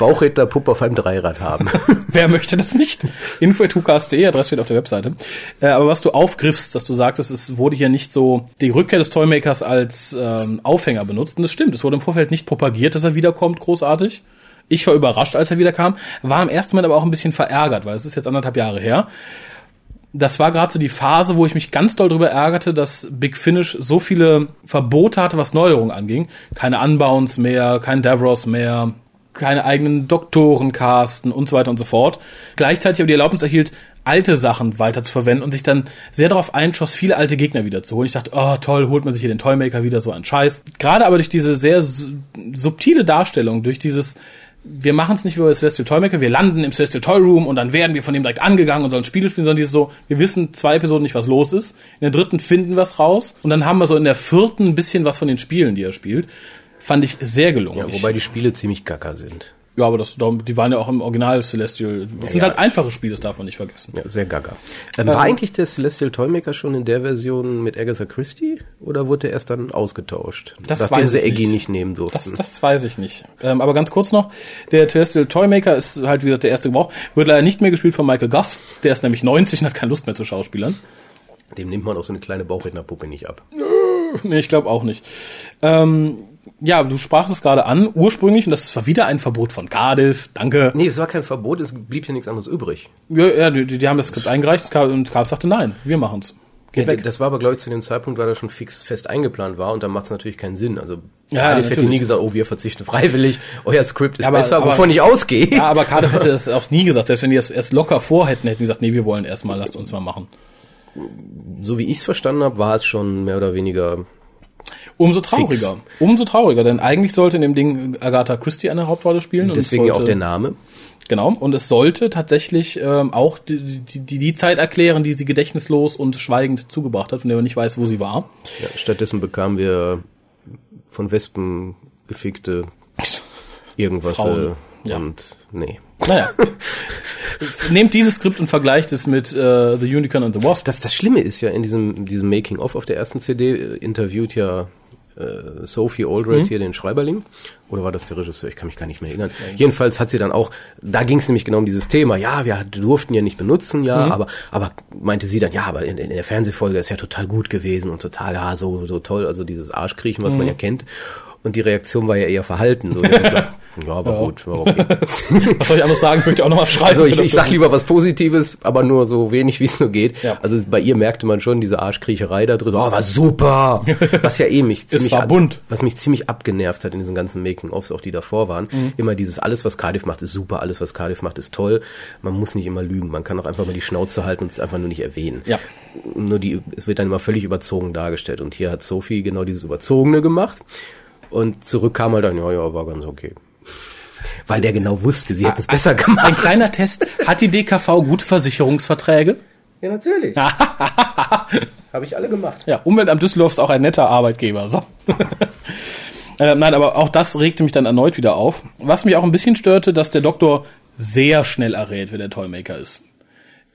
Bauchrednerpuppe auf einem Dreirad haben. Wer möchte das nicht? Info.hukas.de, Adresse steht auf der Webseite. Äh, aber was du aufgriffst, dass du sagtest, es wurde hier nicht so die Rückkehr des Toymakers als ähm, Aufhänger benutzt. Und das stimmt, es wurde im Vorfeld nicht propagiert, dass er wiederkommt, großartig. Ich war überrascht, als er wiederkam, war im ersten Moment aber auch ein bisschen verärgert, weil es ist jetzt anderthalb Jahre her. Das war gerade so die Phase, wo ich mich ganz doll drüber ärgerte, dass Big Finish so viele Verbote hatte, was Neuerungen anging. Keine Unbounds mehr, kein Davros mehr, keine eigenen Doktoren casten und so weiter und so fort. Gleichzeitig aber die Erlaubnis erhielt, alte Sachen weiter zu verwenden und sich dann sehr darauf einschoss, viele alte Gegner wieder zu holen. Ich dachte, oh toll, holt man sich hier den Toymaker wieder, so ein Scheiß. Gerade aber durch diese sehr su- subtile Darstellung, durch dieses wir machen es nicht über Celestial Toymaker, wir landen im Celestial Toy Room und dann werden wir von dem direkt angegangen und sollen Spiele spielen, sondern dieses so, wir wissen zwei Episoden nicht, was los ist, in der dritten finden wir es raus und dann haben wir so in der vierten ein bisschen was von den Spielen, die er spielt. Fand ich sehr gelungen. Ja, Ich- wobei die Spiele ziemlich gacker sind. ja aber das, darum- die waren ja auch im Original Celestial. Das sind ja. halt einfache Spiele, das darf man nicht vergessen. Ja, sehr gaga. Ähm, war eigentlich der Celestial Toymaker schon in der Version mit Agatha Christie oder wurde er erst dann ausgetauscht? Das nachdem weiß sie ich Eggy nicht. nicht. nehmen Das, durften. das weiß ich nicht. Ähm, aber ganz kurz noch, der Terrestrial Toymaker ist halt, wie gesagt, der erste Gebrauch. Wird leider nicht mehr gespielt von Michael Goff. Der ist nämlich 90 und hat keine Lust mehr zu Schauspielern. Dem nimmt man auch so eine kleine Bauchrednerpuppe nicht ab. Nee, ich glaube auch nicht. Ähm, ja, du sprachst es gerade an, ursprünglich, und das war wieder ein Verbot von Cardiff, danke. Nee, es war kein Verbot, es blieb ja nichts anderes übrig. Ja, ja die, die haben das Skript eingereicht und Cardiff- und Cardiff sagte, nein, wir machen's. Geht Ja, weg. Das war aber, glaube ich, zu dem Zeitpunkt, weil das schon fix fest eingeplant war und dann macht es natürlich keinen Sinn. Also Ja, Cardiff hätte natürlich. nie gesagt, oh, wir verzichten freiwillig, euer Skript ist aber- besser, aber- wovon ich ausgehe. Ja, aber Cardiff hätte das auch nie gesagt. Selbst wenn die das erst locker vorhätten, hätten die gesagt, nee, wir wollen erstmal, lasst uns mal machen. So wie ich es verstanden habe, war es schon mehr oder weniger. Umso trauriger. Umso trauriger, denn eigentlich sollte in dem Ding Agatha Christie eine Hauptrolle spielen. Deswegen und ja es sollte, auch der Name. Genau, und es sollte tatsächlich ähm, auch die, die, die, die Zeit erklären, die sie gedächtnislos und schweigend zugebracht hat, von der man nicht weiß, wo sie war. Ja, stattdessen bekamen wir von Wespen gefickte irgendwas. Frauen. Äh, Ja. Und nee. Naja. Nehmt dieses Skript und vergleicht es mit äh, The Unicorn and the Wasp. Das, das Schlimme ist ja, in diesem, diesem Making-of auf der ersten CD äh, interviewt ja äh, Sophie Aldred hier den Schreiberling. Oder war das der Regisseur? Ich kann mich gar nicht mehr erinnern. Jedenfalls hat sie dann auch, da ging es nämlich genau um dieses Thema. Ja, wir durften ja nicht benutzen, ja, aber, aber meinte sie dann, ja, aber in, in der Fernsehfolge ist ja total gut gewesen und total, ja, so, so toll. Also dieses Arschkriechen, was man ja kennt. Und die Reaktion war ja eher verhalten. So, ja, aber gut, war okay. Was soll ich anderes sagen? Möchte ich auch nochmal schreiben. Also ich, ich sag lieber was Positives, aber nur so wenig, wie es nur geht. Ja. Also es- bei ihr merkte man schon diese Arschkriecherei da drin. Oh, war super! Was ja eh mich ziemlich, war ab- bunt. was mich ziemlich abgenervt hat in diesen ganzen Making-ofs, auch die davor waren. Mhm. Immer dieses, alles was Cardiff macht, ist super, alles was Cardiff macht, ist toll. Man muss nicht immer lügen. Man kann auch einfach mal die Schnauze halten und es einfach nur nicht erwähnen. Ja. Nur die, es wird dann immer völlig überzogen dargestellt. Und hier hat Sophie genau dieses Überzogene gemacht. Und zurück kam halt dann, ja, ja, war ganz okay. Weil der genau wusste, sie Ah, hätten es besser Ein gemacht. kleiner Test. Hat die DKV gute Versicherungsverträge? Ja, natürlich. Habe ich alle gemacht. Ja, Umweltamt Düsseldorf ist auch ein netter Arbeitgeber. So. äh, nein, aber auch das regte mich dann erneut wieder auf. Was mich auch ein bisschen störte, dass der Doktor sehr schnell errät, wer der Toymaker ist.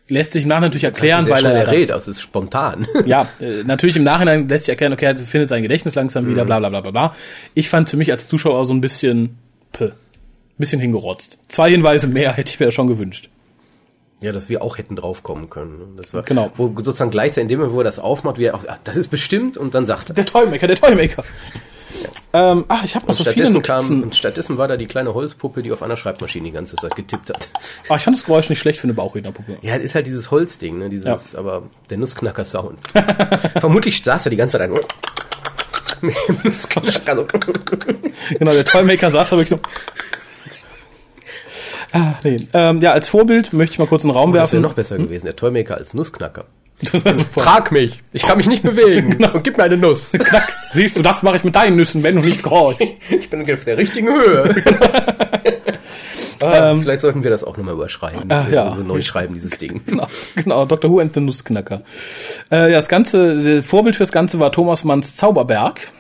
Lässt sich im Nachhinein natürlich erklären, Das ist sehr weil schnell er errät, also es ist spontan. ja, äh, natürlich im Nachhinein lässt sich erklären, okay, er findet sein Gedächtnis langsam Mhm. wieder, bla bla bla bla bla. Ich fand für mich als Zuschauer so ein bisschen pö, ein bisschen hingerotzt. Zwei Hinweise mehr hätte ich mir ja schon gewünscht. Ja, dass wir auch hätten draufkommen können. Das war, Genau. Wo sozusagen gleichzeitig, in dem Moment, wo er das aufmacht, wie er auch, ah, das ist bestimmt, und dann sagt er. Der Toymaker, der Toymaker. Ähm, ach, ich habe noch so viele Stattdessen, Notizen. kam, und stattdessen war da die kleine Holzpuppe, die auf einer Schreibmaschine die ganze Zeit getippt hat. Ah, ich fand das Geräusch nicht schlecht für eine Bauchrednerpuppe. Ja, ist halt dieses Holzding, ne? Dieses, aber der Nussknacker-Sound. Vermutlich saß er die ganze Zeit ein. oh. Mit dem Nussknacker, so. Genau, der Toymaker saß da wirklich so. Ah, nee. ähm, ja, als Vorbild möchte ich mal kurz einen Raum Oh, Das werfen. wäre noch besser gewesen, der Toymaker als Nussknacker. Das war super. Trag mich, ich kann mich nicht bewegen. Genau. Gib mir eine Nuss. Knack. Siehst du, das mache ich mit deinen Nüssen, wenn du nicht gehorchst. Ich bin auf der richtigen Höhe. ah, vielleicht sollten wir das auch nochmal überschreiben. Ah, ja. Also neu schreiben, dieses Ding. Genau, genau, Dr. Who and the Nussknacker. Äh, ja, das Ganze, der Vorbild fürs Ganze war Thomas Manns Zauberberg.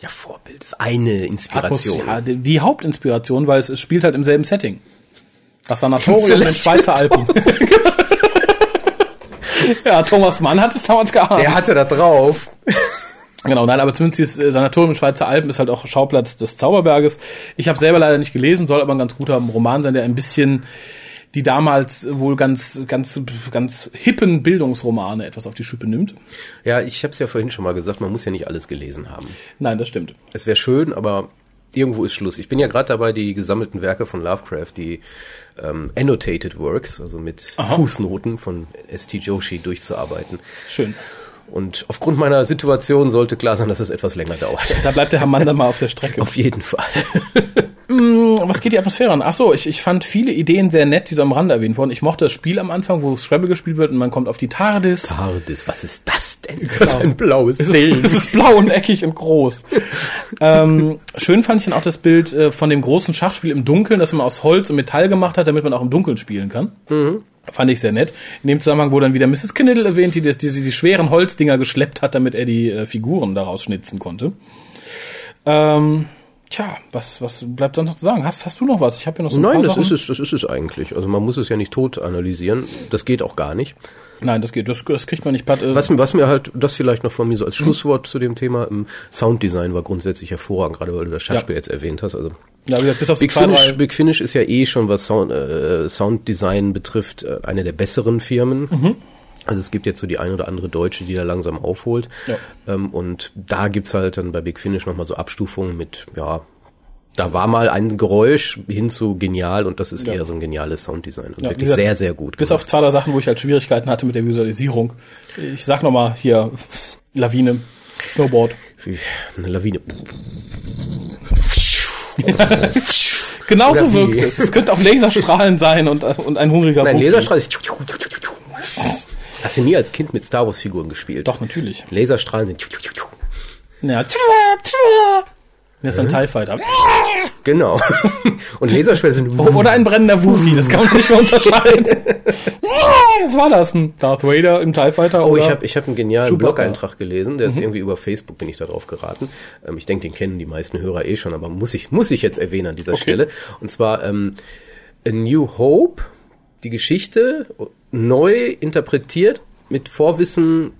Ja, Vorbild ist eine Inspiration. Ja, die, die Hauptinspiration, weil es, es spielt halt im selben Setting. Das Sanatorium Im in Schweizer Alpen. ja, Thomas Mann hat es damals geahnt. Der hatte da drauf. Genau, nein, aber zumindest dieses äh, Sanatorium in Schweizer Alpen ist halt auch Schauplatz des Zauberberges. Ich habe selber leider nicht gelesen, soll aber ein ganz guter Roman sein, der ein bisschen die damals wohl ganz, ganz, ganz hippen Bildungsromane etwas auf die Schippe nimmt. Ja, ich habe es ja vorhin schon mal gesagt, man muss ja nicht alles gelesen haben. Nein, das stimmt. Es wäre schön, aber irgendwo ist Schluss. Ich bin ja gerade dabei, die gesammelten Werke von Lovecraft, die ähm, Annotated Works, also mit Fußnoten von S.T. Joshi durchzuarbeiten. Schön. Und aufgrund meiner Situation sollte klar sein, dass es etwas länger dauert. Da bleibt der Herr Mann dann mal auf der Strecke. Auf jeden Fall. Was geht die Atmosphäre an? Ach so, ich, ich fand viele Ideen sehr nett, die so am Rande erwähnt wurden. Ich mochte das Spiel am Anfang, wo Scrabble gespielt wird und man kommt auf die TARDIS. Tardis, was ist das denn? Was ein blaues Es ist, es ist blau und eckig und groß. ähm, schön fand ich dann auch das Bild äh, von dem großen Schachspiel im Dunkeln, das man aus Holz und Metall gemacht hat, damit man auch im Dunkeln spielen kann. Mhm. Fand ich sehr nett. In dem Zusammenhang wurde dann wieder Mrs. Kniddle erwähnt, die, das- die, die, die schweren Holzdinger geschleppt hat, damit er die äh, Figuren daraus schnitzen konnte. Ähm, tja, was, was bleibt sonst noch zu sagen? Hast, hast du noch was? Ich habe hier noch so ein Nein, paar das Sachen. ist es, das ist es eigentlich. Also man muss es ja nicht tot analysieren. Das geht auch gar nicht. Nein, das geht. Das, das kriegt man nicht. platt. Äh, Was, was mir halt, das vielleicht noch von mir so als Schlusswort zu dem Thema, im Sounddesign war grundsätzlich hervorragend, gerade weil du das Schachspiel Ja. jetzt erwähnt hast. Also Ja, wie gesagt, bis auf so Big zwei, Finish, drei. Big Finish ist ja eh schon, was Sound, äh, Sounddesign betrifft, äh, eine der besseren Firmen. Mhm. Also es gibt jetzt so die ein oder andere Deutsche, die da langsam aufholt. Ja. Ähm, und da gibt's halt dann bei Big Finish nochmal so Abstufungen mit, ja, da war mal ein Geräusch hin zu genial und das ist Ja. eher so ein geniales Sounddesign. Und Ja, wie wirklich gesagt, sehr, sehr gut. Bis auf gemacht. zwei drei Sachen, wo ich halt Schwierigkeiten hatte mit der Visualisierung. Ich sag nochmal hier, Lawine, Snowboard. Wie eine Lawine. Genauso Oder wie? wirkt es. Es könnte auch Laserstrahlen sein und, und ein hungriger Nein, Wurm. Laserstrahl ist. Hast du nie als Kind mit Star Wars Figuren gespielt? Doch, natürlich. Laserstrahlen sind. Ja, twa, twa. Das ist ein TIE Fighter. Genau. Und Laserschwert sind. Oder ein brennender Wookie, das kann man nicht mehr unterscheiden. ja, das war das. Hm, Darth Vader im TIE Fighter. Oh, oder? ich habe ich hab einen genialen Chewbacca. Mhm. Blog-Eintrag gelesen, der ist irgendwie über Facebook, bin ich da drauf geraten. Ähm, ich denke, den kennen die meisten Hörer eh schon, aber muss ich, muss ich jetzt erwähnen an dieser Stelle. Und zwar ähm, A New Hope, die Geschichte neu interpretiert mit Vorwissen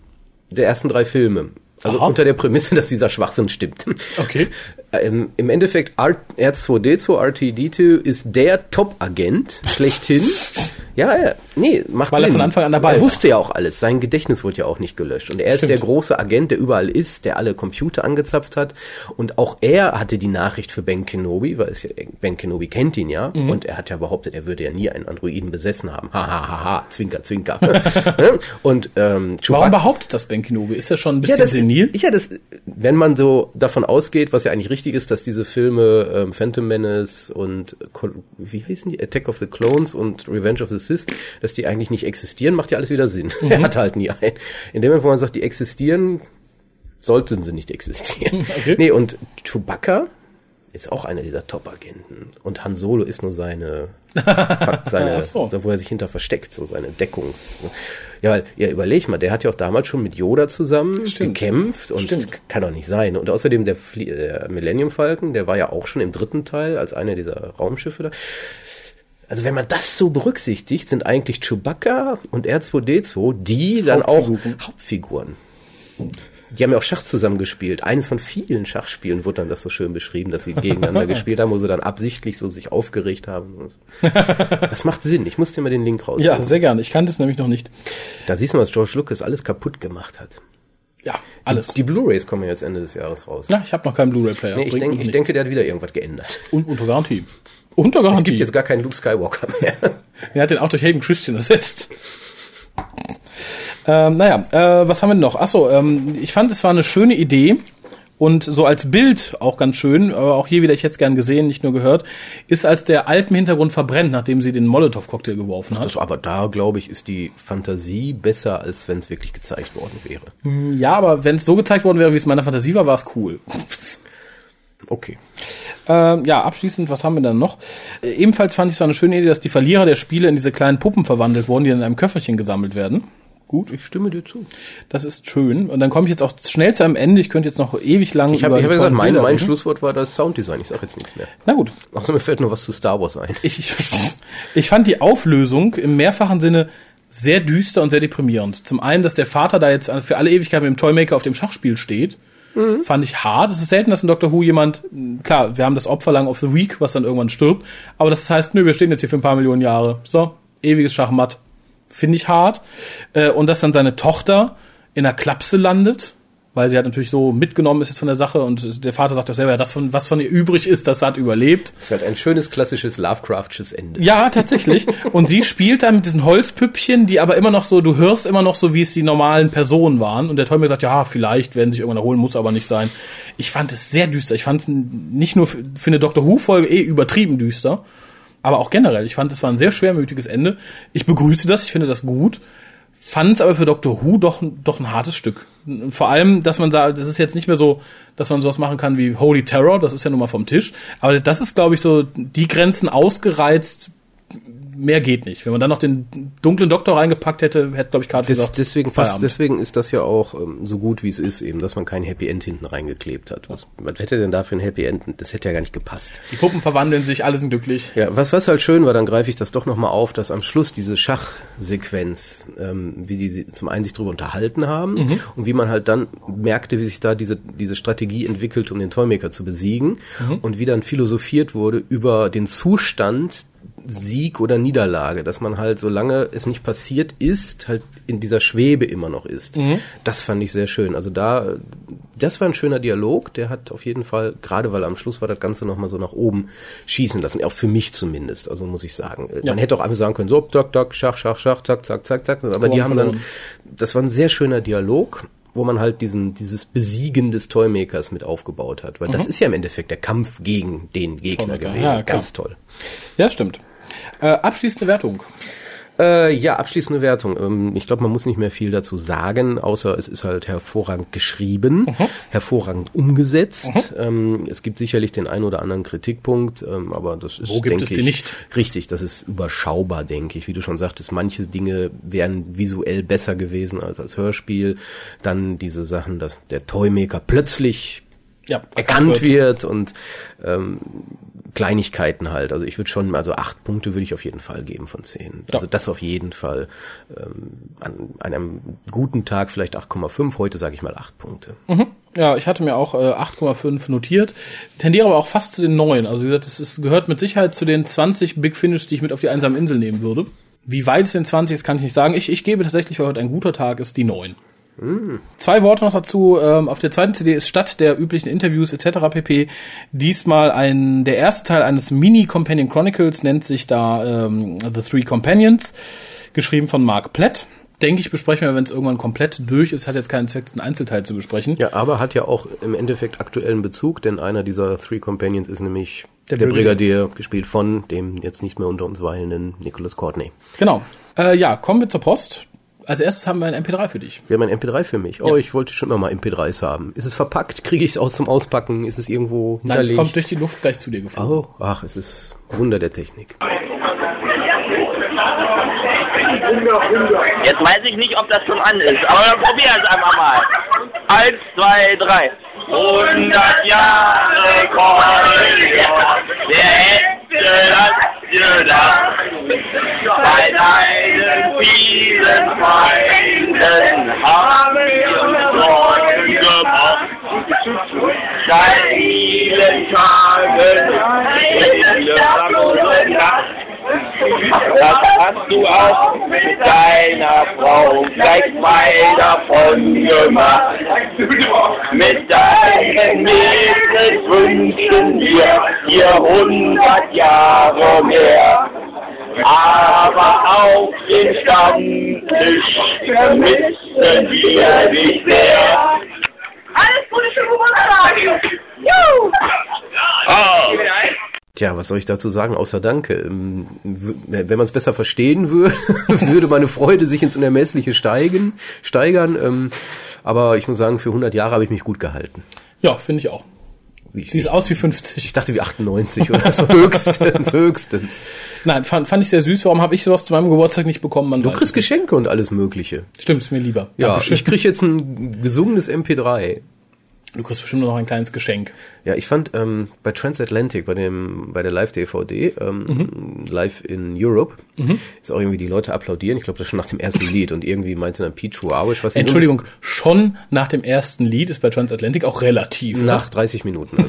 der ersten drei Filme. Also Aha. unter der Prämisse, dass dieser Schwachsinn stimmt. Okay. Ähm, Im Endeffekt, R- R2D2, RTD2 ist der Top-Agent schlechthin. ja, ja, nee, macht Weil er Sinn. von Anfang an dabei Er war. wusste ja auch alles. Sein Gedächtnis wurde ja auch nicht gelöscht. Und er ist Stimmt. der große Agent, der überall ist, der alle Computer angezapft hat. Und auch er hatte die Nachricht für Ben Kenobi, weil es ja, Ben Kenobi kennt ihn ja. Mhm. Und er hat ja behauptet, er würde ja nie einen Androiden besessen haben. Ha, ha, ha, ha. Zwinker, zwinker. Ne? Und Warum ähm, Chewbacca- behauptet das Ben Kenobi? Ist er schon ein bisschen das, senil? Ja, das, wenn man so davon ausgeht, was ja eigentlich richtig ist, dass diese Filme ähm, Phantom Menace und Col- wie heißen die? Attack of the Clones und Revenge of the Sith, dass die eigentlich nicht existieren, macht ja alles wieder Sinn. Er hat halt nie einen. In dem Moment, wo man sagt, die existieren, sollten sie nicht existieren. Okay. Nee, und Chewbacca ist auch einer dieser Top-Agenten. Und Han Solo ist nur seine, Fakt- seine Ach so. da, wo er sich hinter versteckt, so seine Deckungs. Ja, weil, ja, überleg mal, der hat ja auch damals schon mit Yoda zusammen Stimmt. gekämpft und Stimmt. kann doch nicht sein. Und außerdem der, Flie- der Millennium Falcon, der war ja auch schon im dritten Teil als einer dieser Raumschiffe da. Also wenn man das so berücksichtigt, sind eigentlich Chewbacca und R2D2 die dann auch Hauptfiguren. Hauptfiguren. Die haben ja auch Schach zusammengespielt. Eines von vielen Schachspielen wurde dann das so schön beschrieben, dass sie gegeneinander gespielt haben, wo sie dann absichtlich so sich aufgeregt haben. Das macht Sinn. Ich muss dir mal den Link raus. Ja, sehr gerne. Ich kannte es nämlich noch nicht. Da siehst du, was George Lucas alles kaputt gemacht hat. Ja, alles. Die Blu-rays kommen ja jetzt Ende des Jahres raus. Ja, ich habe noch keinen Blu-ray-Player. nee, ich, Bringt denk, noch ich nichts. denke, der hat wieder irgendwas geändert. Und unter Garantie. Unter Garantie. Es gibt jetzt gar keinen Luke Skywalker mehr. Er hat den auch durch Hayden Christian ersetzt. Ähm, naja, äh, was haben wir noch? Achso, ähm, ich fand, es war eine schöne Idee und so als Bild auch ganz schön, aber auch hier wieder, ich hätte es gern gesehen, nicht nur gehört, ist, als der Alp im Hintergrund verbrennt, nachdem sie den Molotow-Cocktail geworfen hat. Das, aber da, glaube ich, ist die Fantasie besser, als wenn es wirklich gezeigt worden wäre. Ja, aber wenn es so gezeigt worden wäre, wie es in meiner Fantasie war, war es cool. Okay. Ähm, ja, abschließend, was haben wir dann noch? Äh, ebenfalls fand ich es war eine schöne Idee, dass die Verlierer der Spiele in diese kleinen Puppen verwandelt wurden, die dann in einem Köfferchen gesammelt werden. Gut, Ich stimme dir zu. Das ist schön. Und dann komme ich jetzt auch schnell zu einem Ende. Ich könnte jetzt noch ewig lang Ich habe hab ja die gesagt, tollen mein, Bilder mein reden. Schlusswort war das Sounddesign. Ich sage jetzt nichts mehr. Na gut. Außer mir fällt nur was zu Star Wars ein. Ich, ich, ich fand die Auflösung im mehrfachen Sinne sehr düster und sehr deprimierend. Zum einen, dass der Vater da jetzt für alle Ewigkeit mit dem Toymaker auf dem Schachspiel steht, fand ich hart. Es ist selten, dass in Doctor Who jemand, klar, wir haben das Opferlang of the Week, was dann irgendwann stirbt, aber das heißt, nö, wir stehen jetzt hier für ein paar Millionen Jahre. So, ewiges Schachmatt. Finde ich hart. Äh, Und dass dann seine Tochter in einer Klapse landet, weil sie hat natürlich so mitgenommen ist jetzt von der Sache und der Vater sagt doch selber, ja, das von, was von ihr übrig ist, das hat überlebt. Das ist halt ein schönes, klassisches Lovecraftsches Ende. Ja, tatsächlich. Und sie spielt dann mit diesen Holzpüppchen, die aber immer noch so, du hörst immer noch so, wie es die normalen Personen waren. Und der Teufel sagt, ja, vielleicht werden sie sich irgendwann erholen, muss aber nicht sein. Ich fand es sehr düster. Ich fand es nicht nur für, für eine Doctor Who-Folge eh übertrieben düster, aber auch generell. Ich fand, es war ein sehr schwermütiges Ende. Ich begrüße das, ich finde das gut. Fand es aber für Doctor Who doch, doch ein hartes Stück. Vor allem, dass man sagt, das ist jetzt nicht mehr so, dass man sowas machen kann wie Holy Terror, das ist ja nun mal vom Tisch. Aber das ist, glaube ich, so die Grenzen ausgereizt, mehr geht nicht. Wenn man dann noch den dunklen Doktor reingepackt hätte, hätte, glaube ich, Karte Des, gesagt. deswegen, fast, Feierabend. deswegen ist das ja auch ähm, so gut, wie es ist, eben, dass man kein Happy End hinten reingeklebt hat. Was, was hätte denn da für ein Happy End? Das hätte ja gar nicht gepasst. Die Puppen verwandeln sich, alle sind glücklich. Ja, was, was halt schön war, dann greife ich das doch nochmal auf, dass am Schluss diese Schachsequenz, ähm, wie die sie zum einen sich drüber unterhalten haben und wie man halt dann merkte, wie sich da diese, diese Strategie entwickelt, um den Toymaker zu besiegen und wie dann philosophiert wurde über den Zustand Sieg oder Niederlage, dass man halt, solange es nicht passiert ist, halt in dieser Schwebe immer noch ist. Das fand ich sehr schön. Also da, das war ein schöner Dialog, der hat auf jeden Fall, gerade weil am Schluss war das Ganze nochmal so nach oben schießen lassen, auch für mich zumindest, also muss ich sagen. Man hätte auch einfach sagen können, so, tak, tak, schach, schach, schach, tak, zack, zack, zack, aber die Verloren, haben dann, verloren. das war ein sehr schöner Dialog wo man halt diesen, dieses Besiegen des Toymakers mit aufgebaut hat. Weil das ist ja im Endeffekt der Kampf gegen den Toymaker, Gegner gewesen. ja, klar. Ganz toll. Ja, stimmt. Äh, abschließende Wertung. Äh, ja, abschließende Wertung. Ähm, ich glaube, man muss nicht mehr viel dazu sagen, außer es ist halt hervorragend geschrieben, Mhm. hervorragend umgesetzt. Ähm, es gibt sicherlich den einen oder anderen Kritikpunkt, ähm, aber das ist, Wo gibt denke es ich, die nicht? richtig. Das ist überschaubar, denke ich. Wie du schon sagtest, manche Dinge wären visuell besser gewesen als als Hörspiel. Dann diese Sachen, dass der Toymaker plötzlich Ja, erkannt wird und ähm, Kleinigkeiten halt. Also ich würde schon, also acht Punkte würde ich auf jeden Fall geben von zehn. Also das auf jeden Fall. Ähm, an einem guten Tag vielleicht 8,5, heute sage ich mal acht Punkte. Hm. Mhm. Ja, ich hatte mir auch äh, 8,5 notiert, tendiere aber auch fast zu den 9. Also wie gesagt, es ist, gehört mit Sicherheit zu den 20 Big Finish, die ich mit auf die einsame Insel nehmen würde. Wie weit es den 20 ist, kann ich nicht sagen. Ich, ich gebe tatsächlich, weil heute ein guter Tag ist, die 9. Zwei Worte noch dazu. Ähm, auf der zweiten CD ist statt der üblichen Interviews etc. pp. diesmal ein der erste Teil eines Mini-Companion Chronicles, nennt sich da ähm, The Three Companions, geschrieben von Mark Platt. Denke ich, besprechen wir, wenn es irgendwann komplett durch ist. Hat jetzt keinen Zweck, einen Einzelteil zu besprechen. Ja, aber hat ja auch im Endeffekt aktuellen Bezug, denn einer dieser Three Companions ist nämlich Der der, Brigadier. Brigadier, gespielt von dem jetzt nicht mehr unter uns weilenden Nicholas Courtney. Genau. Äh, ja, kommen wir zur Post. Als erstes haben wir ein MP3 für dich. Wir haben ein MP3 für mich. Oh, ich wollte schon immer mal MP3s haben. Ist es verpackt? Kriege ich es aus zum Auspacken? Ist es irgendwo Nein, es hinterlegt? kommt durch die Luft gleich zu dir geflogen. Oh, ach, es ist Wunder der Technik. Jetzt weiß ich nicht, ob das schon an ist, aber dann probier es einfach mal. Eins, zwei, drei. 100 Jahre Korrektor, wer hätte das gedacht? Bei deinen vielen Feinden haben wir uns Sorgen gemacht. Seit vielen Tagen, viele Nacht und Nacht, das hast du auch mit deiner Frau gleich zwei davon gemacht. Mit deinen Mädels wünschen wir dir hundert Jahre mehr. Aber auf den Stammtisch vermissen wir dich sehr. Alles Gute für Geburtstag! Juhu! Oh. Tja, was soll ich dazu sagen, außer Danke? Ähm, w- Wenn man es besser verstehen würde, würde meine Freude sich ins Unermessliche steigen, steigern. ähm, Aber ich muss sagen, für 100 Jahre habe ich mich gut gehalten. Ja, finde ich auch. Ich, Sieht ich aus wie 50. dachte wie 98 oder so, höchstens, höchstens. Nein, fand, fand ich sehr süß. Warum habe ich sowas zu meinem Geburtstag nicht bekommen? Man Du kriegst Geschenke und alles mögliche. Stimmt, ist mir lieber. Ja, Dankeschön. ich krieg jetzt ein gesungenes MP3. du kriegst bestimmt noch ein kleines Geschenk. Ja, ich fand ähm, bei Transatlantic, bei dem, bei der Live-DVD, ähm, Live in Europe, ist auch irgendwie die Leute applaudieren. Ich glaube, das schon nach dem ersten Lied und irgendwie meinte dann Pete Schwabisch, was Entschuldigung, schon nach dem ersten Lied ist bei Transatlantic auch relativ. Nach 30 Minuten.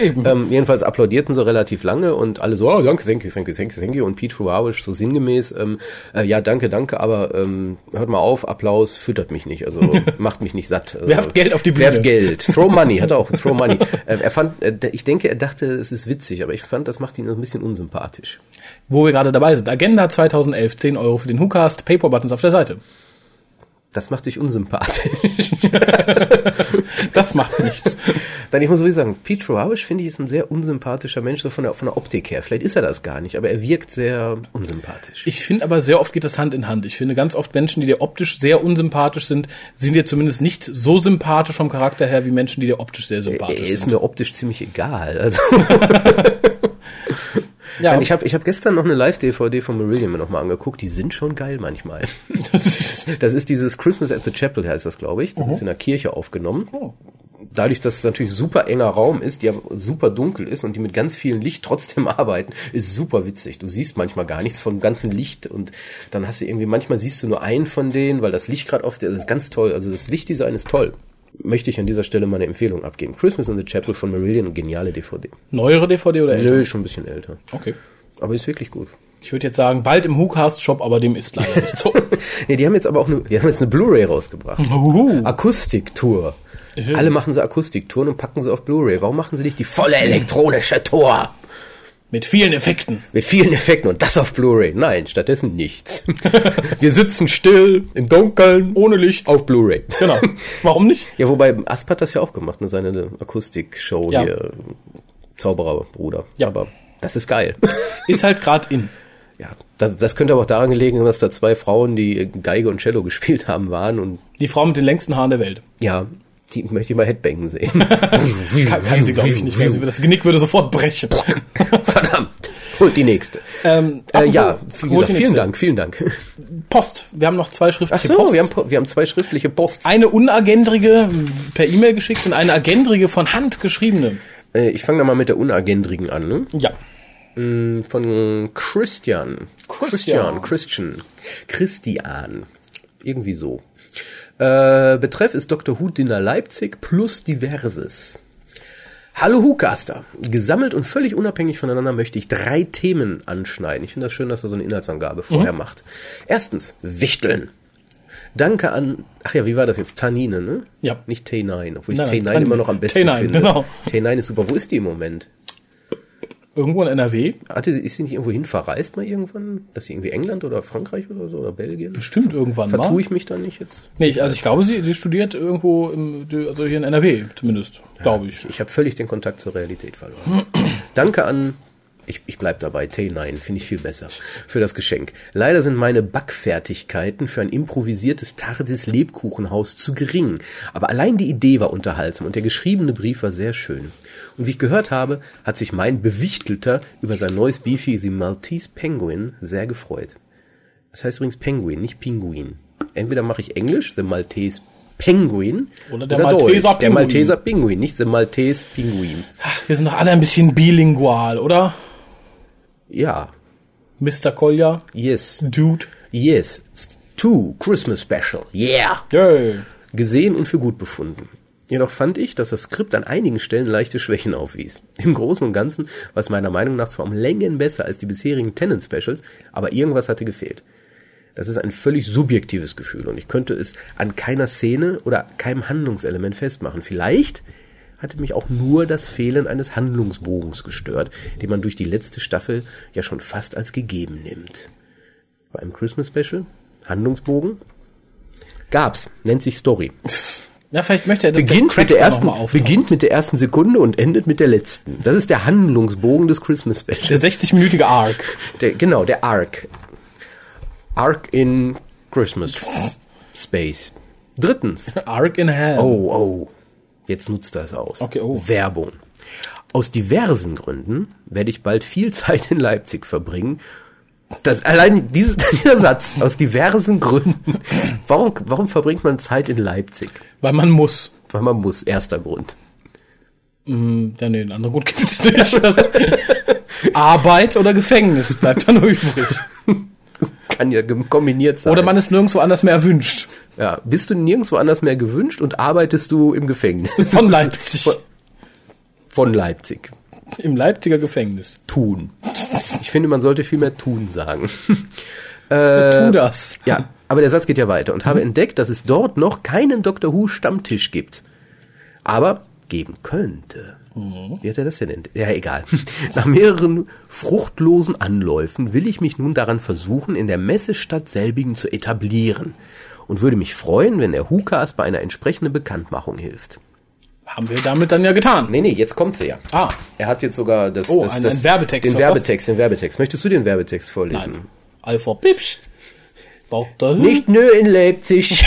Also. ähm, jedenfalls applaudierten sie relativ lange und alle so, oh, danke, thank you, thank you, thank you, thank you. Und Pete Schwabisch so sinngemäß, ähm, äh, ja, danke, danke, aber ähm, hört mal auf, Applaus füttert mich nicht, also macht mich nicht satt. Also, Werft Geld auf die Bühne. Werft Geld. Throw money, hat er auch, throw money. äh, er fand, äh, ich denke, er dachte, es ist witzig, aber ich fand, das macht ihn ein bisschen unsympathisch. Wo wir gerade dabei sind. Agenda 2011, 10 Euro für den WhoCast, Paper-Buttons auf der Seite. Das macht dich unsympathisch. Das macht nichts. Dann ich muss sowieso sagen, Pete Schwabisch finde ich ist ein sehr unsympathischer Mensch, so von der, von der Optik her. Vielleicht ist er das gar nicht, aber er wirkt sehr unsympathisch. Ich finde aber sehr oft geht das Hand in Hand. Ich finde ganz oft Menschen, die dir optisch sehr unsympathisch sind, sind dir zumindest nicht so sympathisch vom Charakter her wie Menschen, die dir optisch sehr Er sympathisch Äh, ist sind. mir optisch ziemlich egal. Also, Ja, ich habe ich hab gestern noch eine Live-DVD von Marillion mir nochmal angeguckt. Die sind schon geil manchmal. Das ist dieses Christmas at the Chapel, heißt das, glaube ich. Das Mhm. ist in der Kirche aufgenommen. Oh. Dadurch, dass es natürlich super enger Raum ist, die aber super dunkel ist und die mit ganz vielen Licht trotzdem arbeiten, ist super witzig. Du siehst manchmal gar nichts vom ganzen Licht und dann hast du irgendwie, manchmal siehst du nur einen von denen, weil das Licht gerade auf der, das ist ganz toll. Also das Lichtdesign ist toll. Möchte ich an dieser Stelle meine Empfehlung abgeben. Christmas in the Chapel von Marillion, geniale DVD. neuere DVD oder älter? Nö, schon ein bisschen älter. Okay. Aber ist wirklich gut. Ich würde jetzt sagen, bald im WhoCast-Shop, aber dem ist leider nicht so. Ne, die haben jetzt aber auch eine, die haben jetzt eine Blu-ray rausgebracht. Uhu. Akustiktour. Alle machen sie Akustiktouren und packen sie auf Blu-ray. Warum machen sie nicht die volle elektronische Tour? Mit vielen Effekten. Mit vielen Effekten und das auf Blu-ray. Nein, stattdessen nichts. Wir sitzen still im Dunkeln Ohne Licht. auf Blu-ray. Genau. Warum nicht? Ja, wobei Asp hat das ja auch gemacht, ne, seine Akustikshow Ja. hier. Zaubererbruder. Ja. Aber das ist geil. Ist halt gerade in. Ja, das, das könnte aber auch daran gelegen haben, dass da zwei Frauen, die Geige und Cello gespielt haben, waren und Die Frau mit den längsten Haaren der Welt. ja, die möchte ich mal Headbangen sehen. Kann, kann sie, glaube ich, nicht mehr. Sie- Das Genick würde sofort brechen. Verdammt. Holt die nächste. Ähm, Äh, ja, apropos, wie holt gesagt, die vielen nächste. Dank, vielen Dank. Post. Wir haben noch zwei schriftliche Posts. wir haben, po- wir haben zwei schriftliche Posts. eine unagendrige mm, per E-Mail geschickt und eine agendrige von Hand geschriebene. Äh, ich fange da mal mit der unagendrigen an, ne? Ja. Von Christian. Christian. Christian. Christian. Christian. Irgendwie so. Äh, Betreff ist Dr. Who Dinner Leipzig plus Diverses. Hallo Hucaster. Gesammelt und völlig unabhängig voneinander möchte ich drei Themen anschneiden. Ich finde das schön, dass er so eine Mhm. Inhaltsangabe vorher macht. Erstens, Wichteln. Danke an, ach ja, wie war das jetzt? Tanine, ne? Ja. Nicht T9, obwohl ich Nein, nein, T9 Tanine. immer noch am besten T9, finde. genau. T9 ist super. Wo ist die im Moment? Irgendwo in NRW? Hatte, sie- ist sie nicht irgendwo hin verreist mal irgendwann? Dass sie irgendwie England oder Frankreich oder so oder Belgien? Bestimmt irgendwann Vertue mal. ich mich da nicht jetzt? Nee, ich- also ich glaube, sie, sie studiert irgendwo, im, also hier in NRW zumindest, glaube ich. Ich habe völlig den Kontakt zur Realität verloren. Danke an, ich, ich bleib dabei, T9, finde ich viel besser, für das Geschenk. Leider sind meine Backfertigkeiten für ein improvisiertes Tardis Lebkuchenhaus zu gering. Aber allein die Idee war unterhaltsam und der geschriebene Brief war sehr schön. Und wie ich gehört habe, hat sich mein Bewichtelter über sein neues Beefy The Maltese Penguin sehr gefreut. Das heißt übrigens Penguin, nicht Pinguin. Entweder mache ich Englisch, The Maltese Penguin, Oder der Malteser Der Pinguin. Malteser Pinguin, nicht The Maltese Pinguin. Wir sind doch alle ein bisschen bilingual, oder? Ja, Mr. Kolja, yes, Dude. yes, two Christmas Special, yeah. Yay. Gesehen und für gut befunden. Jedoch fand ich, dass das Skript an einigen Stellen leichte Schwächen aufwies. Im Großen und Ganzen war es meiner Meinung nach zwar um Längen besser als die bisherigen Tenant-Specials, aber irgendwas hatte gefehlt. Das ist ein völlig subjektives Gefühl und ich könnte es an keiner Szene oder keinem Handlungselement festmachen. Vielleicht hatte mich auch nur das Fehlen eines Handlungsbogens gestört, den man durch die letzte Staffel ja schon fast als gegeben nimmt. Bei einem Christmas Special? Handlungsbogen? Gab's. Nennt sich Story. Ja, vielleicht möchte er das Beginnt Crack mit, der da noch ersten, mal auftaucht. beginnt mit der ersten Sekunde und endet mit der letzten. Das ist der Handlungsbogen des Christmas Der Specials. 60-minütige Arc. Der, genau, der Arc. Arc in Christmas Space. Drittens. Arc in Hand. Oh, oh. Jetzt nutzt das aus. Okay, oh. Werbung. Aus diversen Gründen werde ich bald viel Zeit in Leipzig verbringen. Das, allein dieses, dieser Satz, aus diversen Gründen. Warum, warum verbringt man Zeit in Leipzig? Weil man muss. Weil man muss, erster Grund. Ja, nee, einen anderen Grund gibt es nicht. Das- Arbeit oder Gefängnis bleibt dann übrig. Kann ja gem- kombiniert sein. Oder man ist nirgendwo anders mehr erwünscht. ja, bist du nirgendwo anders mehr gewünscht und arbeitest du im Gefängnis Von Leipzig. Von- von Leipzig. Im Leipziger Gefängnis. Tun. Ich finde, man sollte viel mehr tun sagen. tu das. Äh, Ja, aber der Satz geht ja weiter und habe entdeckt, dass es dort noch keinen Doctor Who Stammtisch gibt. Aber geben könnte. Wie hat er das denn entdeckt? Ja, egal. Nach mehreren fruchtlosen Anläufen will ich mich nun daran versuchen, in der Messestadt selbigen zu etablieren und würde mich freuen, wenn der Hukas bei einer entsprechenden Bekanntmachung hilft. Haben wir damit dann ja getan. Nee, nee, jetzt kommt sie ja. Ah, Er hat jetzt sogar das, Oh, das, einen- das, einen Werbetext den verfasst. Werbetext, den Werbetext. Möchtest du den Werbetext vorlesen? nein. Alpha Pipsch. Dr. Who. Nicht nur in Leipzig.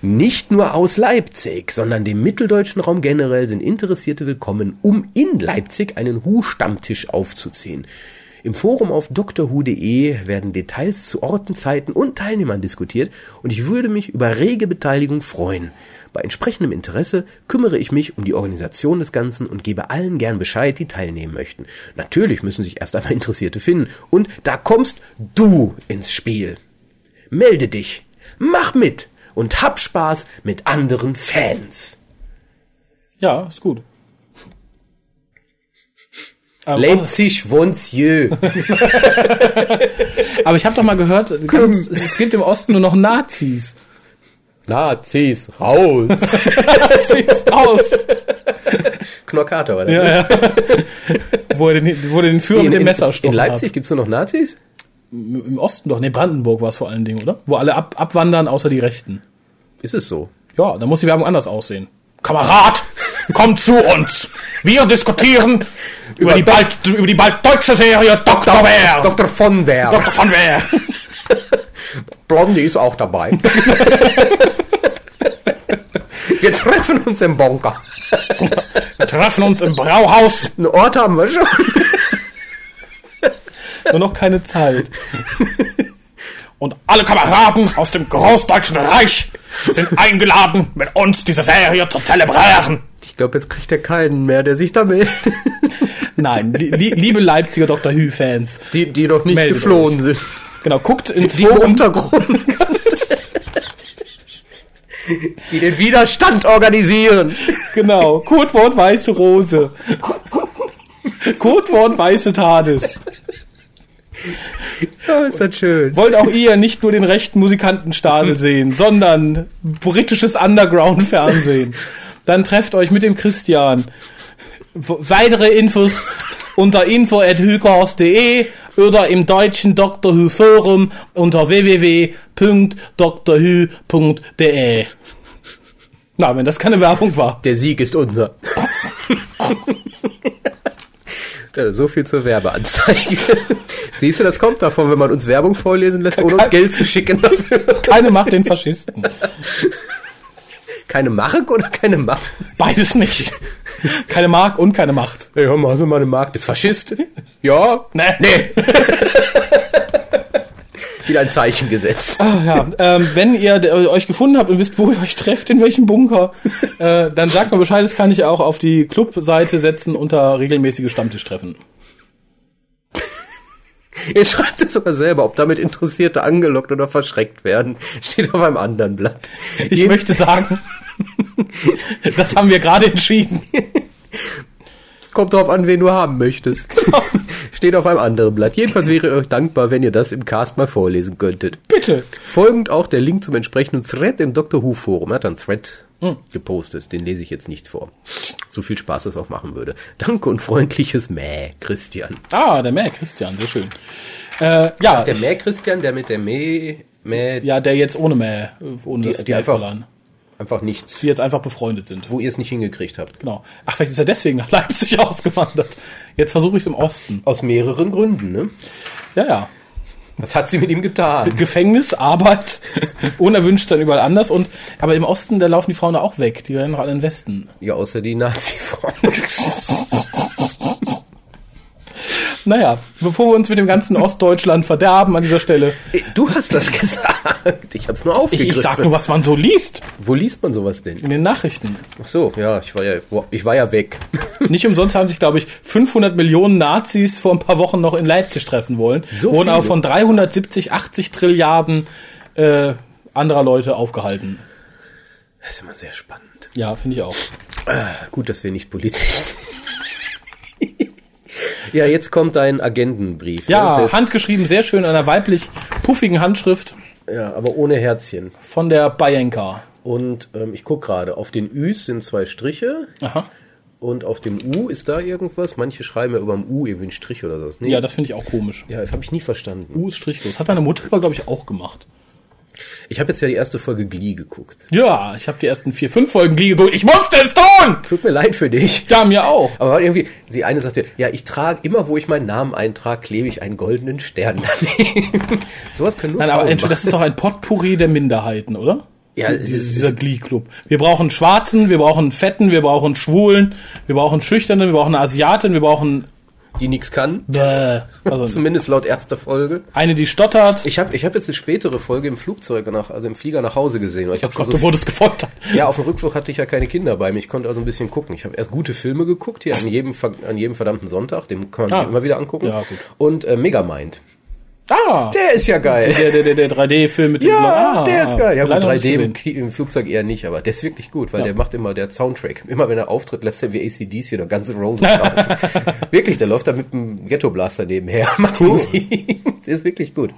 Nicht nur aus Leipzig, sondern dem mitteldeutschen Raum generell sind Interessierte willkommen, um in Leipzig einen Hu-Stammtisch aufzuziehen. Im Forum auf drhu.de werden Details zu Orten, Zeiten und Teilnehmern diskutiert und ich würde mich über rege Beteiligung freuen. Bei entsprechendem Interesse kümmere ich mich um die Organisation des Ganzen und gebe allen gern Bescheid, die teilnehmen möchten. Natürlich müssen sich erst einmal Interessierte finden und da kommst du ins Spiel. Melde dich, mach mit und hab Spaß mit anderen Fans. Ja, ist gut. Ah, Aber, Leipzig, wons je. aber ich habe doch mal gehört, ganz, es, es gibt im Osten nur noch Nazis. Nazis, raus. Aus. Knockator war das. Wo er den, wo er den Führer mit dem Messer in erstochen Leipzig gibt's nur noch Nazis? Hat. Im Osten doch, ne, Brandenburg war es vor allen Dingen, oder? Wo alle ab, abwandern, außer die Rechten. Ist es so? Ja, dann muss die Werbung anders aussehen. Kamerad! Kommt zu uns. Wir diskutieren über, die bald, über die bald deutsche Serie Dr. Wer. Dr. von Wer. Dr. von Wer. Blondie ist auch dabei. Wir treffen uns im Bonker. Wir treffen uns im Brauhaus. Einen Ort haben wir schon. Nur noch keine Zeit. Und alle Kameraden aus dem Großdeutschen Reich sind eingeladen, mit uns diese Serie zu zelebrieren. Ich glaube, jetzt kriegt er keinen mehr, der sich damit. Nein, li li- liebe Leipziger Dr. Who-Fans. Die, die doch nicht Meldet geflohen sind. Genau, guckt ins Die im Forum. Untergrund. die den Widerstand organisieren. Genau, Codewort weiße Rose. Codewort weiße Tades. Ja, ist das schön. Wollt auch ihr nicht nur den rechten Musikantenstadel sehen, sondern britisches Underground-Fernsehen. Dann trefft euch mit dem Christian. W- Weitere Infos unter info.hykors.de oder im deutschen Dr. Who Forum unter www.drhu.de. Na, wenn das keine Werbung war. Der Sieg ist unser. Da, So viel zur Werbeanzeige. Siehst du, das kommt davon, wenn man uns Werbung vorlesen lässt, ohne uns Geld zu schicken dafür. Keine Macht den Faschisten. Keine Mark oder keine Mark? Beides nicht. Keine Mark und keine Macht. Hey, hör mal, hast du mal eine Mark? Bist Faschist? Ja. Ne? Nee. Wieder ein Zeichen gesetzt. Ach ja, ähm, wenn ihr äh, euch gefunden habt und wisst, wo ihr euch trefft, in welchem Bunker, äh, dann sagt mir Bescheid, das kann ich auch auf die Clubseite setzen unter regelmäßige Stammtischtreffen. Ihr schreibt es sogar selber, ob damit Interessierte angelockt oder verschreckt werden. Steht auf einem anderen Blatt. Ich möchte sagen, das haben wir gerade entschieden. Es kommt darauf an, wen du haben möchtest. Steht auf einem anderen Blatt. Jedenfalls wäre ich euch dankbar, wenn ihr das im Cast mal vorlesen könntet. Bitte. Folgend auch der Link zum entsprechenden Thread im Dr. Who Forum. Er hat einen Thread gepostet. Den lese ich jetzt nicht vor. So viel Spaß es auch machen würde. Danke und freundliches Mäh, Christian. Ah, der Mac, Christian, sehr schön. Äh, ja, Der Mäh, Christian, der mit der Mäh, Mäh, ja, der jetzt ohne Mac, äh, ohne Die- das die einfach- Mac-Verlan, einfach nichts. die jetzt einfach befreundet sind. Wo ihr es nicht hingekriegt habt. Genau. Ach, vielleicht ist er deswegen nach Leipzig ausgewandert. Jetzt versuche ich es im Osten. Aus mehreren Gründen, ne? Ja, ja. Was hat sie mit ihm getan? Gefängnis, Arbeit, unerwünscht dann überall anders. Und aber im Osten, da laufen die Frauen da auch weg. Die werden noch alle in den Westen. Ja, außer die Nazi-Front. Naja, bevor wir uns mit dem ganzen Ostdeutschland verderben an dieser Stelle, Du hast das gesagt. Ich hab's nur ich, aufgegriffen. ich sag nur, was man so liest Wo liest man sowas denn? in den Nachrichten. Ach so, ja, ich war ja, wo- ich war ja weg. Nicht umsonst haben sich, glaube ich, 500 Millionen Nazis vor ein paar Wochen noch in Leipzig treffen wollen. So wurden viele? aber von 370, 80 Trilliarden äh, anderer Leute aufgehalten. Das ist immer sehr spannend. Ah, Ja, finde ich auch. Gut, dass wir nicht politisch sind. ja, jetzt kommt dein Agentenbrief. Ja, ne? Das- handgeschrieben, sehr schön, in einer weiblich puffigen Handschrift ja aber ohne Herzchen. von der Bayenka. Und ähm, ich guck gerade, auf den Üs sind zwei Striche Aha. und auf dem U ist da irgendwas. Manche schreiben ja über dem U irgendwie einen Strich oder so. Nee. Ja, das finde ich auch komisch. ja, das habe ich nie verstanden. U ist strichlos. Hat meine Mutter aber, glaube ich, auch gemacht. Ich habe jetzt ja die erste Folge Glee geguckt. Ja, ich habe die ersten vier, fünf Folgen liegen geguckt. Ich musste es tun! Tut mir leid für dich. Ja, mir auch. Aber irgendwie, die eine sagte, ja, ich trage, immer wo ich meinen Namen eintrage, klebe ich einen goldenen Stern daneben. Sowas können nur Nein, Frauen aber Entschuldigung, das machen. ist doch ein Potpourri der Minderheiten, oder? Oh Ja, Die- es dieses, ist- dieser Glee-Club. Wir brauchen einen Schwarzen, wir brauchen einen Fetten, wir brauchen einen Schwulen, wir brauchen einen Schüchternen, wir brauchen eine Asiatin, wir brauchen die nichts kann. Bäh. also Zumindest laut erster Folge. eine, die stottert. Ich habe ich hab jetzt eine spätere Folge im Flugzeug, nach, also im Flieger nach Hause gesehen. Weil ich hab schon Oh Gott, so du wurdest gefoltert. ja, auf dem Rückflug hatte ich ja keine Kinder bei mir. Ich konnte also ein bisschen gucken. Ich habe erst gute Filme geguckt, hier an jedem, ver- an jedem verdammten Sonntag. Den kann man Ah. sich immer wieder angucken. Ja, gut. Und äh, Megamind. Ah! Der ist ja geil. Der, der, der, der 3D-Film mit dem Ja, blauen- der ist geil. Ja, gut, Ah, leider hab ich 3D gesehen. im, Ki- im Flugzeug eher nicht, aber der ist wirklich gut, weil Ja. der macht immer der Soundtrack. Immer wenn er auftritt, lässt er wie ACDC oder ganze Roses laufen. wirklich, der läuft da mit dem Ghetto-Blaster nebenher. Macht die Musik. Der ist wirklich gut.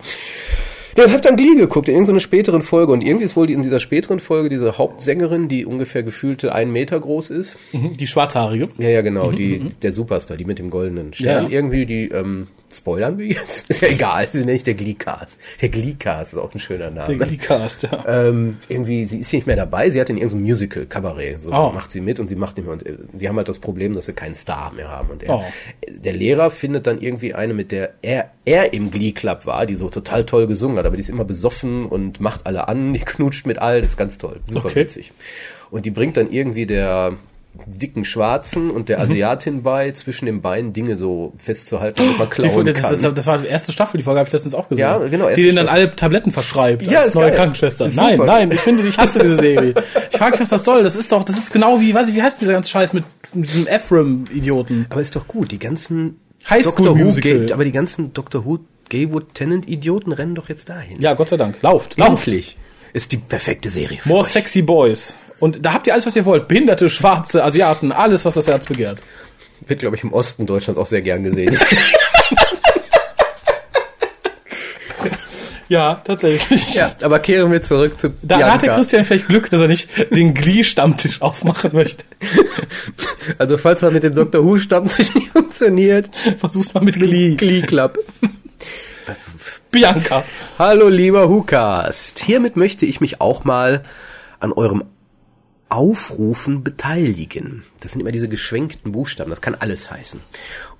Ja, ich hab dann Glee geguckt in irgendeiner späteren Folge und irgendwie ist wohl die- in dieser späteren Folge diese Hauptsängerin, die ungefähr gefühlte einen Meter groß ist. Die Schwarzhaarige. Ja, ja, genau, die, der Superstar, die mit dem goldenen Stern. Mhm, Ja. Irgendwie, die ähm, Spoilern wir jetzt? Ist ja egal, sie nenne ich der Gleecast. Der Gleecast ist auch ein schöner Name. Der Gleecast, ja. ähm, irgendwie, sie ist nicht mehr dabei, sie hat in irgendeinem Musical, Kabarett, so Oh. macht sie mit und sie macht nicht mehr. Und äh, sie haben halt das Problem, dass sie keinen Star mehr haben. Und er, Oh. der Lehrer findet dann irgendwie eine, mit der er, er im Glee Club war, die so total toll gesungen hat, aber die ist immer besoffen und macht alle an, die knutscht mit all, das ist ganz toll, super Okay. witzig. Und die bringt dann irgendwie der dicken Schwarzen und der Mhm. Asiatin bei, zwischen den beiden Dinge so festzuhalten, damit man Die, klauen das, kann. das, das war die erste Staffel, die Folge habe ich letztens auch gesehen. Ja, genau, erste Die denen dann Staffel. alle Tabletten verschreibt Ja, als ist neue geil. Krankenschwester. Ist Nein, super. nein, ich finde, ich hasse diese Serie. Ich frage mich, was das soll. Das ist doch, das ist genau wie, weiß ich, wie heißt dieser ganze Scheiß mit, mit diesem Ephraim-Idioten? Aber ist doch gut, die ganzen High School Doctor Who, Musical. Gay, aber die ganzen Doctor Who Gaywood Tennant Idioten rennen doch jetzt dahin. Ja, Gott sei Dank. Lauft, lauft. Endlich ist die perfekte Serie. Für More euch. sexy boys. Und da habt ihr alles, was ihr wollt. Behinderte, Schwarze, Asiaten, alles, was das Herz begehrt. wird glaube ich im Osten Deutschlands auch sehr gern gesehen. Ja, tatsächlich. ja, aber kehren wir zurück zu Da da hatte Bianca. Christian vielleicht Glück, dass er nicht den Glee-Stammtisch aufmachen möchte. Also falls er mit dem Doctor Who Stammtisch nicht funktioniert, Versuch's mal mit Glee. Glee Club. Bianca. Hallo lieber Hukast. Hiermit möchte ich mich auch mal an eurem Aufrufen beteiligen. Das sind immer diese geschwenkten Buchstaben, das kann alles heißen.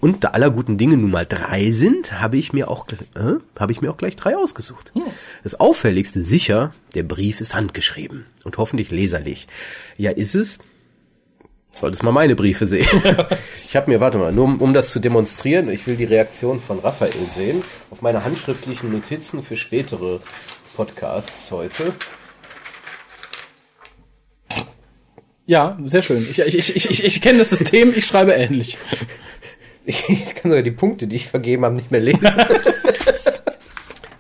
Und da aller guten Dinge nun mal drei sind, habe ich mir auch, gl- äh, habe ich mir auch gleich drei ausgesucht. Das auffälligste sicher, der Brief ist handgeschrieben und hoffentlich leserlich. Ja, ist es? Solltest mal meine Briefe sehen. ich habe mir, warte mal, nur um, um das zu demonstrieren, ich will die Reaktion von Raphael sehen, auf meine handschriftlichen Notizen für spätere Podcasts heute. Ja, sehr schön. Ich, ich, ich, ich, ich kenne das System, ich schreibe ähnlich. Ich, ich kann sogar die Punkte, die ich vergeben habe, nicht mehr lesen.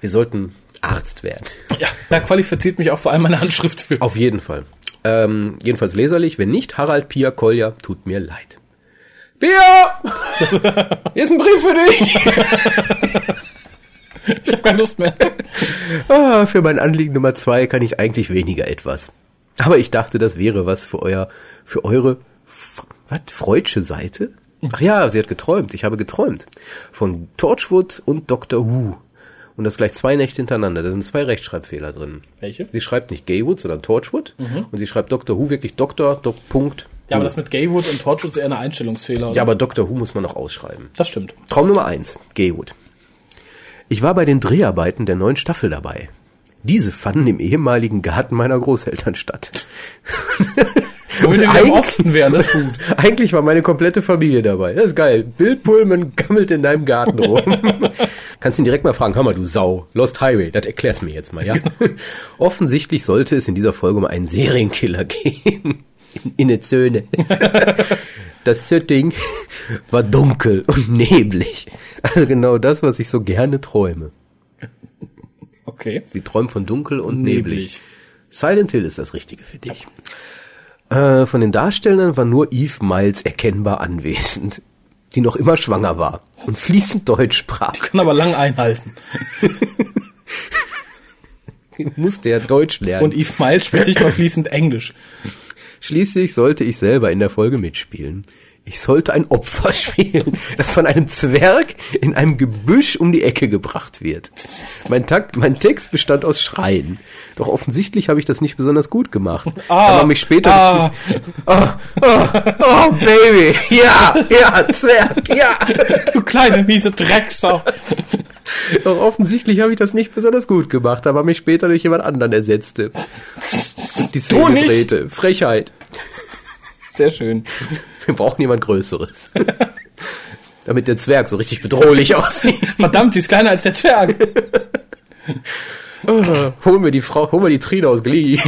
Wir sollten Arzt werden. Ja, da qualifiziert mich auch vor allem meine Handschrift für. Auf jeden Fall. Ähm, jedenfalls leserlich. Wenn nicht, Harald Pia Kolja, tut mir leid. Pia! Hier ist ein Brief für dich! Ich habe keine Lust mehr. Ah, für mein Anliegen Nummer zwei kann ich eigentlich weniger etwas. Aber ich dachte, das wäre was für euer, für eure, f- was, freudsche Seite? Ach ja, sie hat geträumt. Ich habe geträumt. Von Torchwood und Dr. Who. Und das gleich zwei Nächte hintereinander. Da sind zwei Rechtschreibfehler drin. Welche? Mhm. Sie schreibt nicht Gaywood, sondern Torchwood. Und sie schreibt Dr. Who wirklich Dr. Doc. Punkt. Ja, aber das mit Gaywood und Torchwood ist eher ein Einstellungsfehler. oder? ja, aber Dr. Who muss man noch ausschreiben. das stimmt. Traum Nummer eins, Gaywood. Ich war bei den Dreharbeiten der neuen Staffel dabei. Diese fanden im ehemaligen Garten meiner Großeltern statt. Wenn wir im Eigentlich- Osten wären, das ist gut. Eigentlich war meine komplette Familie dabei. Das ist geil. Bill Pullman gammelt in deinem Garten rum. Kannst ihn direkt mal fragen, hör mal, du Sau. Lost Highway, das erklär's mir jetzt mal, ja? Offensichtlich sollte es in dieser Folge um einen Serienkiller gehen. In der Zöne. Das Setting war dunkel und neblig. Also genau das, was ich so gerne träume. Okay. Sie träumt von dunkel und Neblig. neblig. Silent Hill ist das Richtige für dich. Äh, von den Darstellern war nur Eve Miles erkennbar anwesend, die noch immer schwanger war und fließend Deutsch sprach. Kann aber lang einhalten. Die musste ja Deutsch lernen. Und Eve Miles spricht nicht mal fließend Englisch. Schließlich sollte ich selber in der Folge mitspielen. Ich sollte ein Opfer spielen, das von einem Zwerg in einem Gebüsch um die Ecke gebracht wird. Mein, Takt, mein Text bestand aus Schreien. Doch offensichtlich habe ich das nicht besonders gut gemacht. da man mich später ah. oh, oh, oh, Baby, ja, ja, Zwerg, ja. Du kleine miese Drecksau. Doch offensichtlich habe ich das nicht besonders gut gemacht, aber mich später durch jemand anderen ersetzte. Und die Du Szene nicht. drehte. Frechheit. Sehr schön. Wir brauchen jemand Größeres. Damit der Zwerg so richtig bedrohlich aussieht. Verdammt, sie ist kleiner als der Zwerg. Holen wir die Frau, holen wir die Trine aus Glee.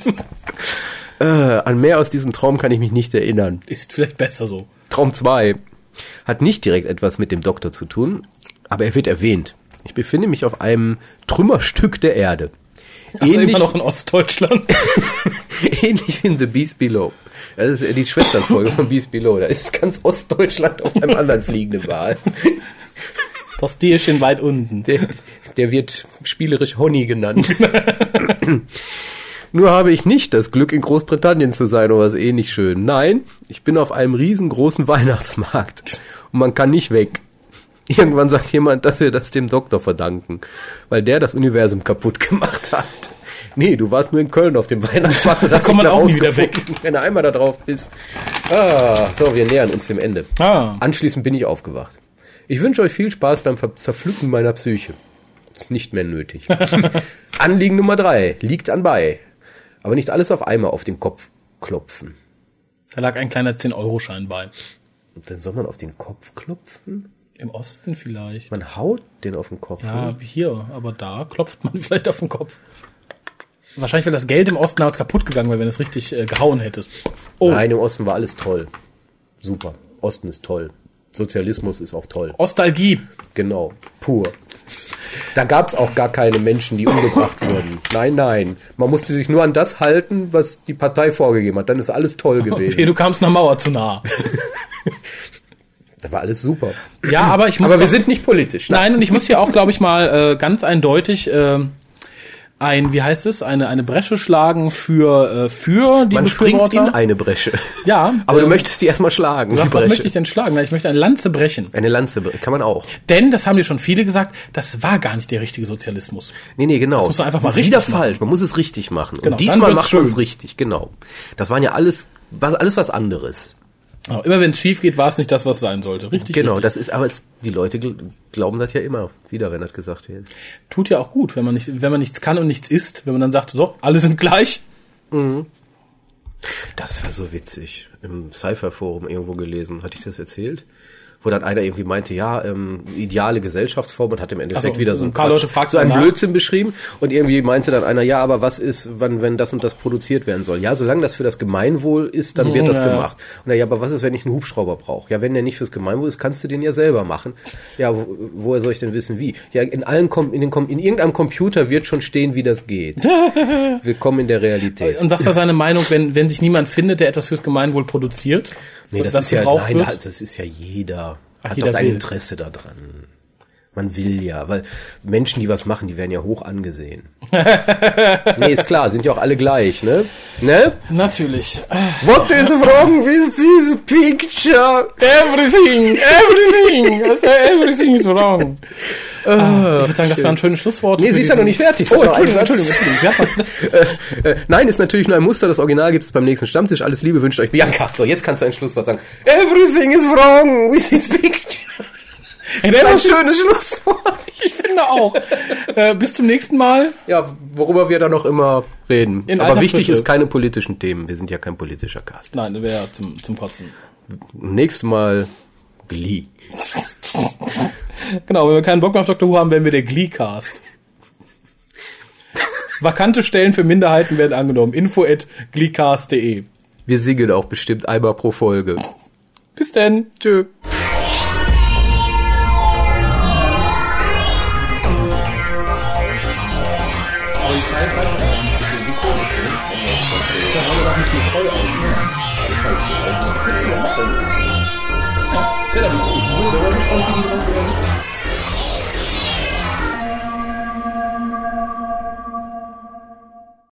äh, an mehr aus diesem Traum kann ich mich nicht erinnern. Ist vielleicht besser so. Traum 2 hat nicht direkt etwas mit dem Doktor zu tun, aber er wird erwähnt. Ich befinde mich auf einem Trümmerstück der Erde. Also immer noch in Ostdeutschland. ähnlich wie in The Beast Below. Das ist die Schwesternfolge von Beast Below. Da ist ganz Ostdeutschland auf einem anderen fliegenden Wal. Das Tierchen weit unten. Der, der wird spielerisch Honey genannt. Nur habe ich nicht das Glück, in Großbritannien zu sein oder was ähnlich schön. Nein, ich bin auf einem riesengroßen Weihnachtsmarkt und man kann nicht weg. Irgendwann sagt jemand, dass wir das dem Doktor verdanken, weil der das Universum kaputt gemacht hat. Nee, du warst nur in Köln auf dem Weihnachtsmarkt und das kommt man auch nie wieder Wenn du einmal da drauf bist. Ah, so, wir nähern uns dem Ende. Ah. Anschließend bin ich aufgewacht. Ich wünsche euch viel Spaß beim Ver- Zerpflücken meiner Psyche. Ist nicht mehr nötig. Anliegen Nummer drei liegt anbei. Aber nicht alles auf einmal auf den Kopf klopfen. Da lag ein kleiner 10-Euro-Schein bei. Und dann soll man auf den Kopf klopfen? Im Osten vielleicht. Man haut den auf den Kopf. ne? Ja, hier, aber da klopft man vielleicht auf den Kopf. Wahrscheinlich wäre das Geld im Osten damals kaputt gegangen, weil wenn du es richtig äh, gehauen hättest. Oh, Nein, im Osten war alles toll. Super. Osten ist toll. Sozialismus ist auch toll. Ostalgie. Genau. Pur. Da gab's auch gar keine Menschen, die umgebracht wurden. Nein, nein. Man musste sich nur an das halten, was die Partei vorgegeben hat. Dann ist alles toll Hey, gewesen. du kamst einer Mauer zu nah. Da war alles super. Ja, aber ich muss Aber wir doch- sind nicht politisch. Nein, und ich muss hier auch, glaube ich, mal äh, ganz eindeutig äh, ein, wie heißt es, eine, eine Bresche schlagen für, äh, für die Man springt in Befürworter. eine Bresche. Ja, Aber du ähm, möchtest die erstmal schlagen. die Was, was Bresche. möchte ich denn schlagen? Na, Ich möchte eine Lanze brechen. Eine Lanze bre- kann man auch. Denn, das haben dir schon viele gesagt, das war gar nicht der richtige Sozialismus. Nee, nee, genau. Das muss man einfach mal ist wieder richtig machen. falsch. Man muss es richtig machen. Genau, Und dann diesmal wird's macht man es schön. richtig, genau. Das waren ja alles was alles was anderes. Aber immer wenn es schief geht, war es nicht das, was es sein sollte. Richtig? genau, richtig. das ist aber es, die Leute gl glauben das ja immer wieder, wenn das gesagt wird. Tut ja auch gut, wenn man, nicht, wenn man nichts kann und nichts isst. Wenn man dann sagt, so, alle sind gleich. Das war so witzig. Im Cypher-Forum irgendwo gelesen. Hatte ich das erzählt? Wo dann einer irgendwie meinte, ja, ähm, ideale Gesellschaftsform und hat im Endeffekt Ach so, wieder so ein paar Quatsch- Leute fragten so einen nach. Blödsinn beschrieben. Und irgendwie meinte dann einer, ja, aber was ist, wann, wenn das und das produziert werden soll? Ja, solange das für das Gemeinwohl ist, dann wird das Ja. gemacht. Und er, ja, aber was ist, wenn ich einen Hubschrauber brauche? Ja, wenn der nicht fürs Gemeinwohl ist, kannst du den ja selber machen. Ja, wo, woher soll ich denn wissen, wie? Ja, in allen, Kom in, den Kom in irgendeinem Computer wird schon stehen, wie das geht. Willkommen in der Realität. Und was war seine Meinung, wenn, wenn sich niemand findet, der etwas fürs Gemeinwohl produziert? Nee, das, was ist ja, gebraucht nein, halt. wird? da- das ist ja jeder. Ach, hat jeder doch ein will. Interesse daran. Man will ja, weil Menschen, die was machen, die werden ja hoch angesehen. nee, ist klar, sind ja auch alle gleich, ne? Ne? Natürlich. What is wrong with this picture? Everything, everything, also everything is wrong. Ah, ich würde sagen, das waren schöne Schlussworte. Nee, für sie ist ja noch diesen- nicht fertig. Oh, Entschuldigung, Entschuldigung, Entschuldigung. Ja, äh, nein, ist natürlich nur ein Muster. Das Original gibt's beim nächsten Stammtisch. Alles Liebe wünscht euch Bianca. So, jetzt kannst du ein Schlusswort sagen. Everything is wrong with this picture. Das ist ein schönes Schlusswort. ich finde auch. Äh, bis zum nächsten Mal. Ja, worüber wir da noch immer reden. In Aber alter wichtig Frische. ist keine politischen Themen. Wir sind ja kein politischer Cast. Nein, das wäre zum, zum Kotzen. Nächstes Mal Glee. Genau, wenn wir keinen Bock mehr auf Dr. Who haben, werden wir der Glee-Cast. Vakante Stellen für Minderheiten werden angenommen. Info at gleecast.de. Wir singen auch bestimmt einmal pro Folge. Bis denn. Tschö.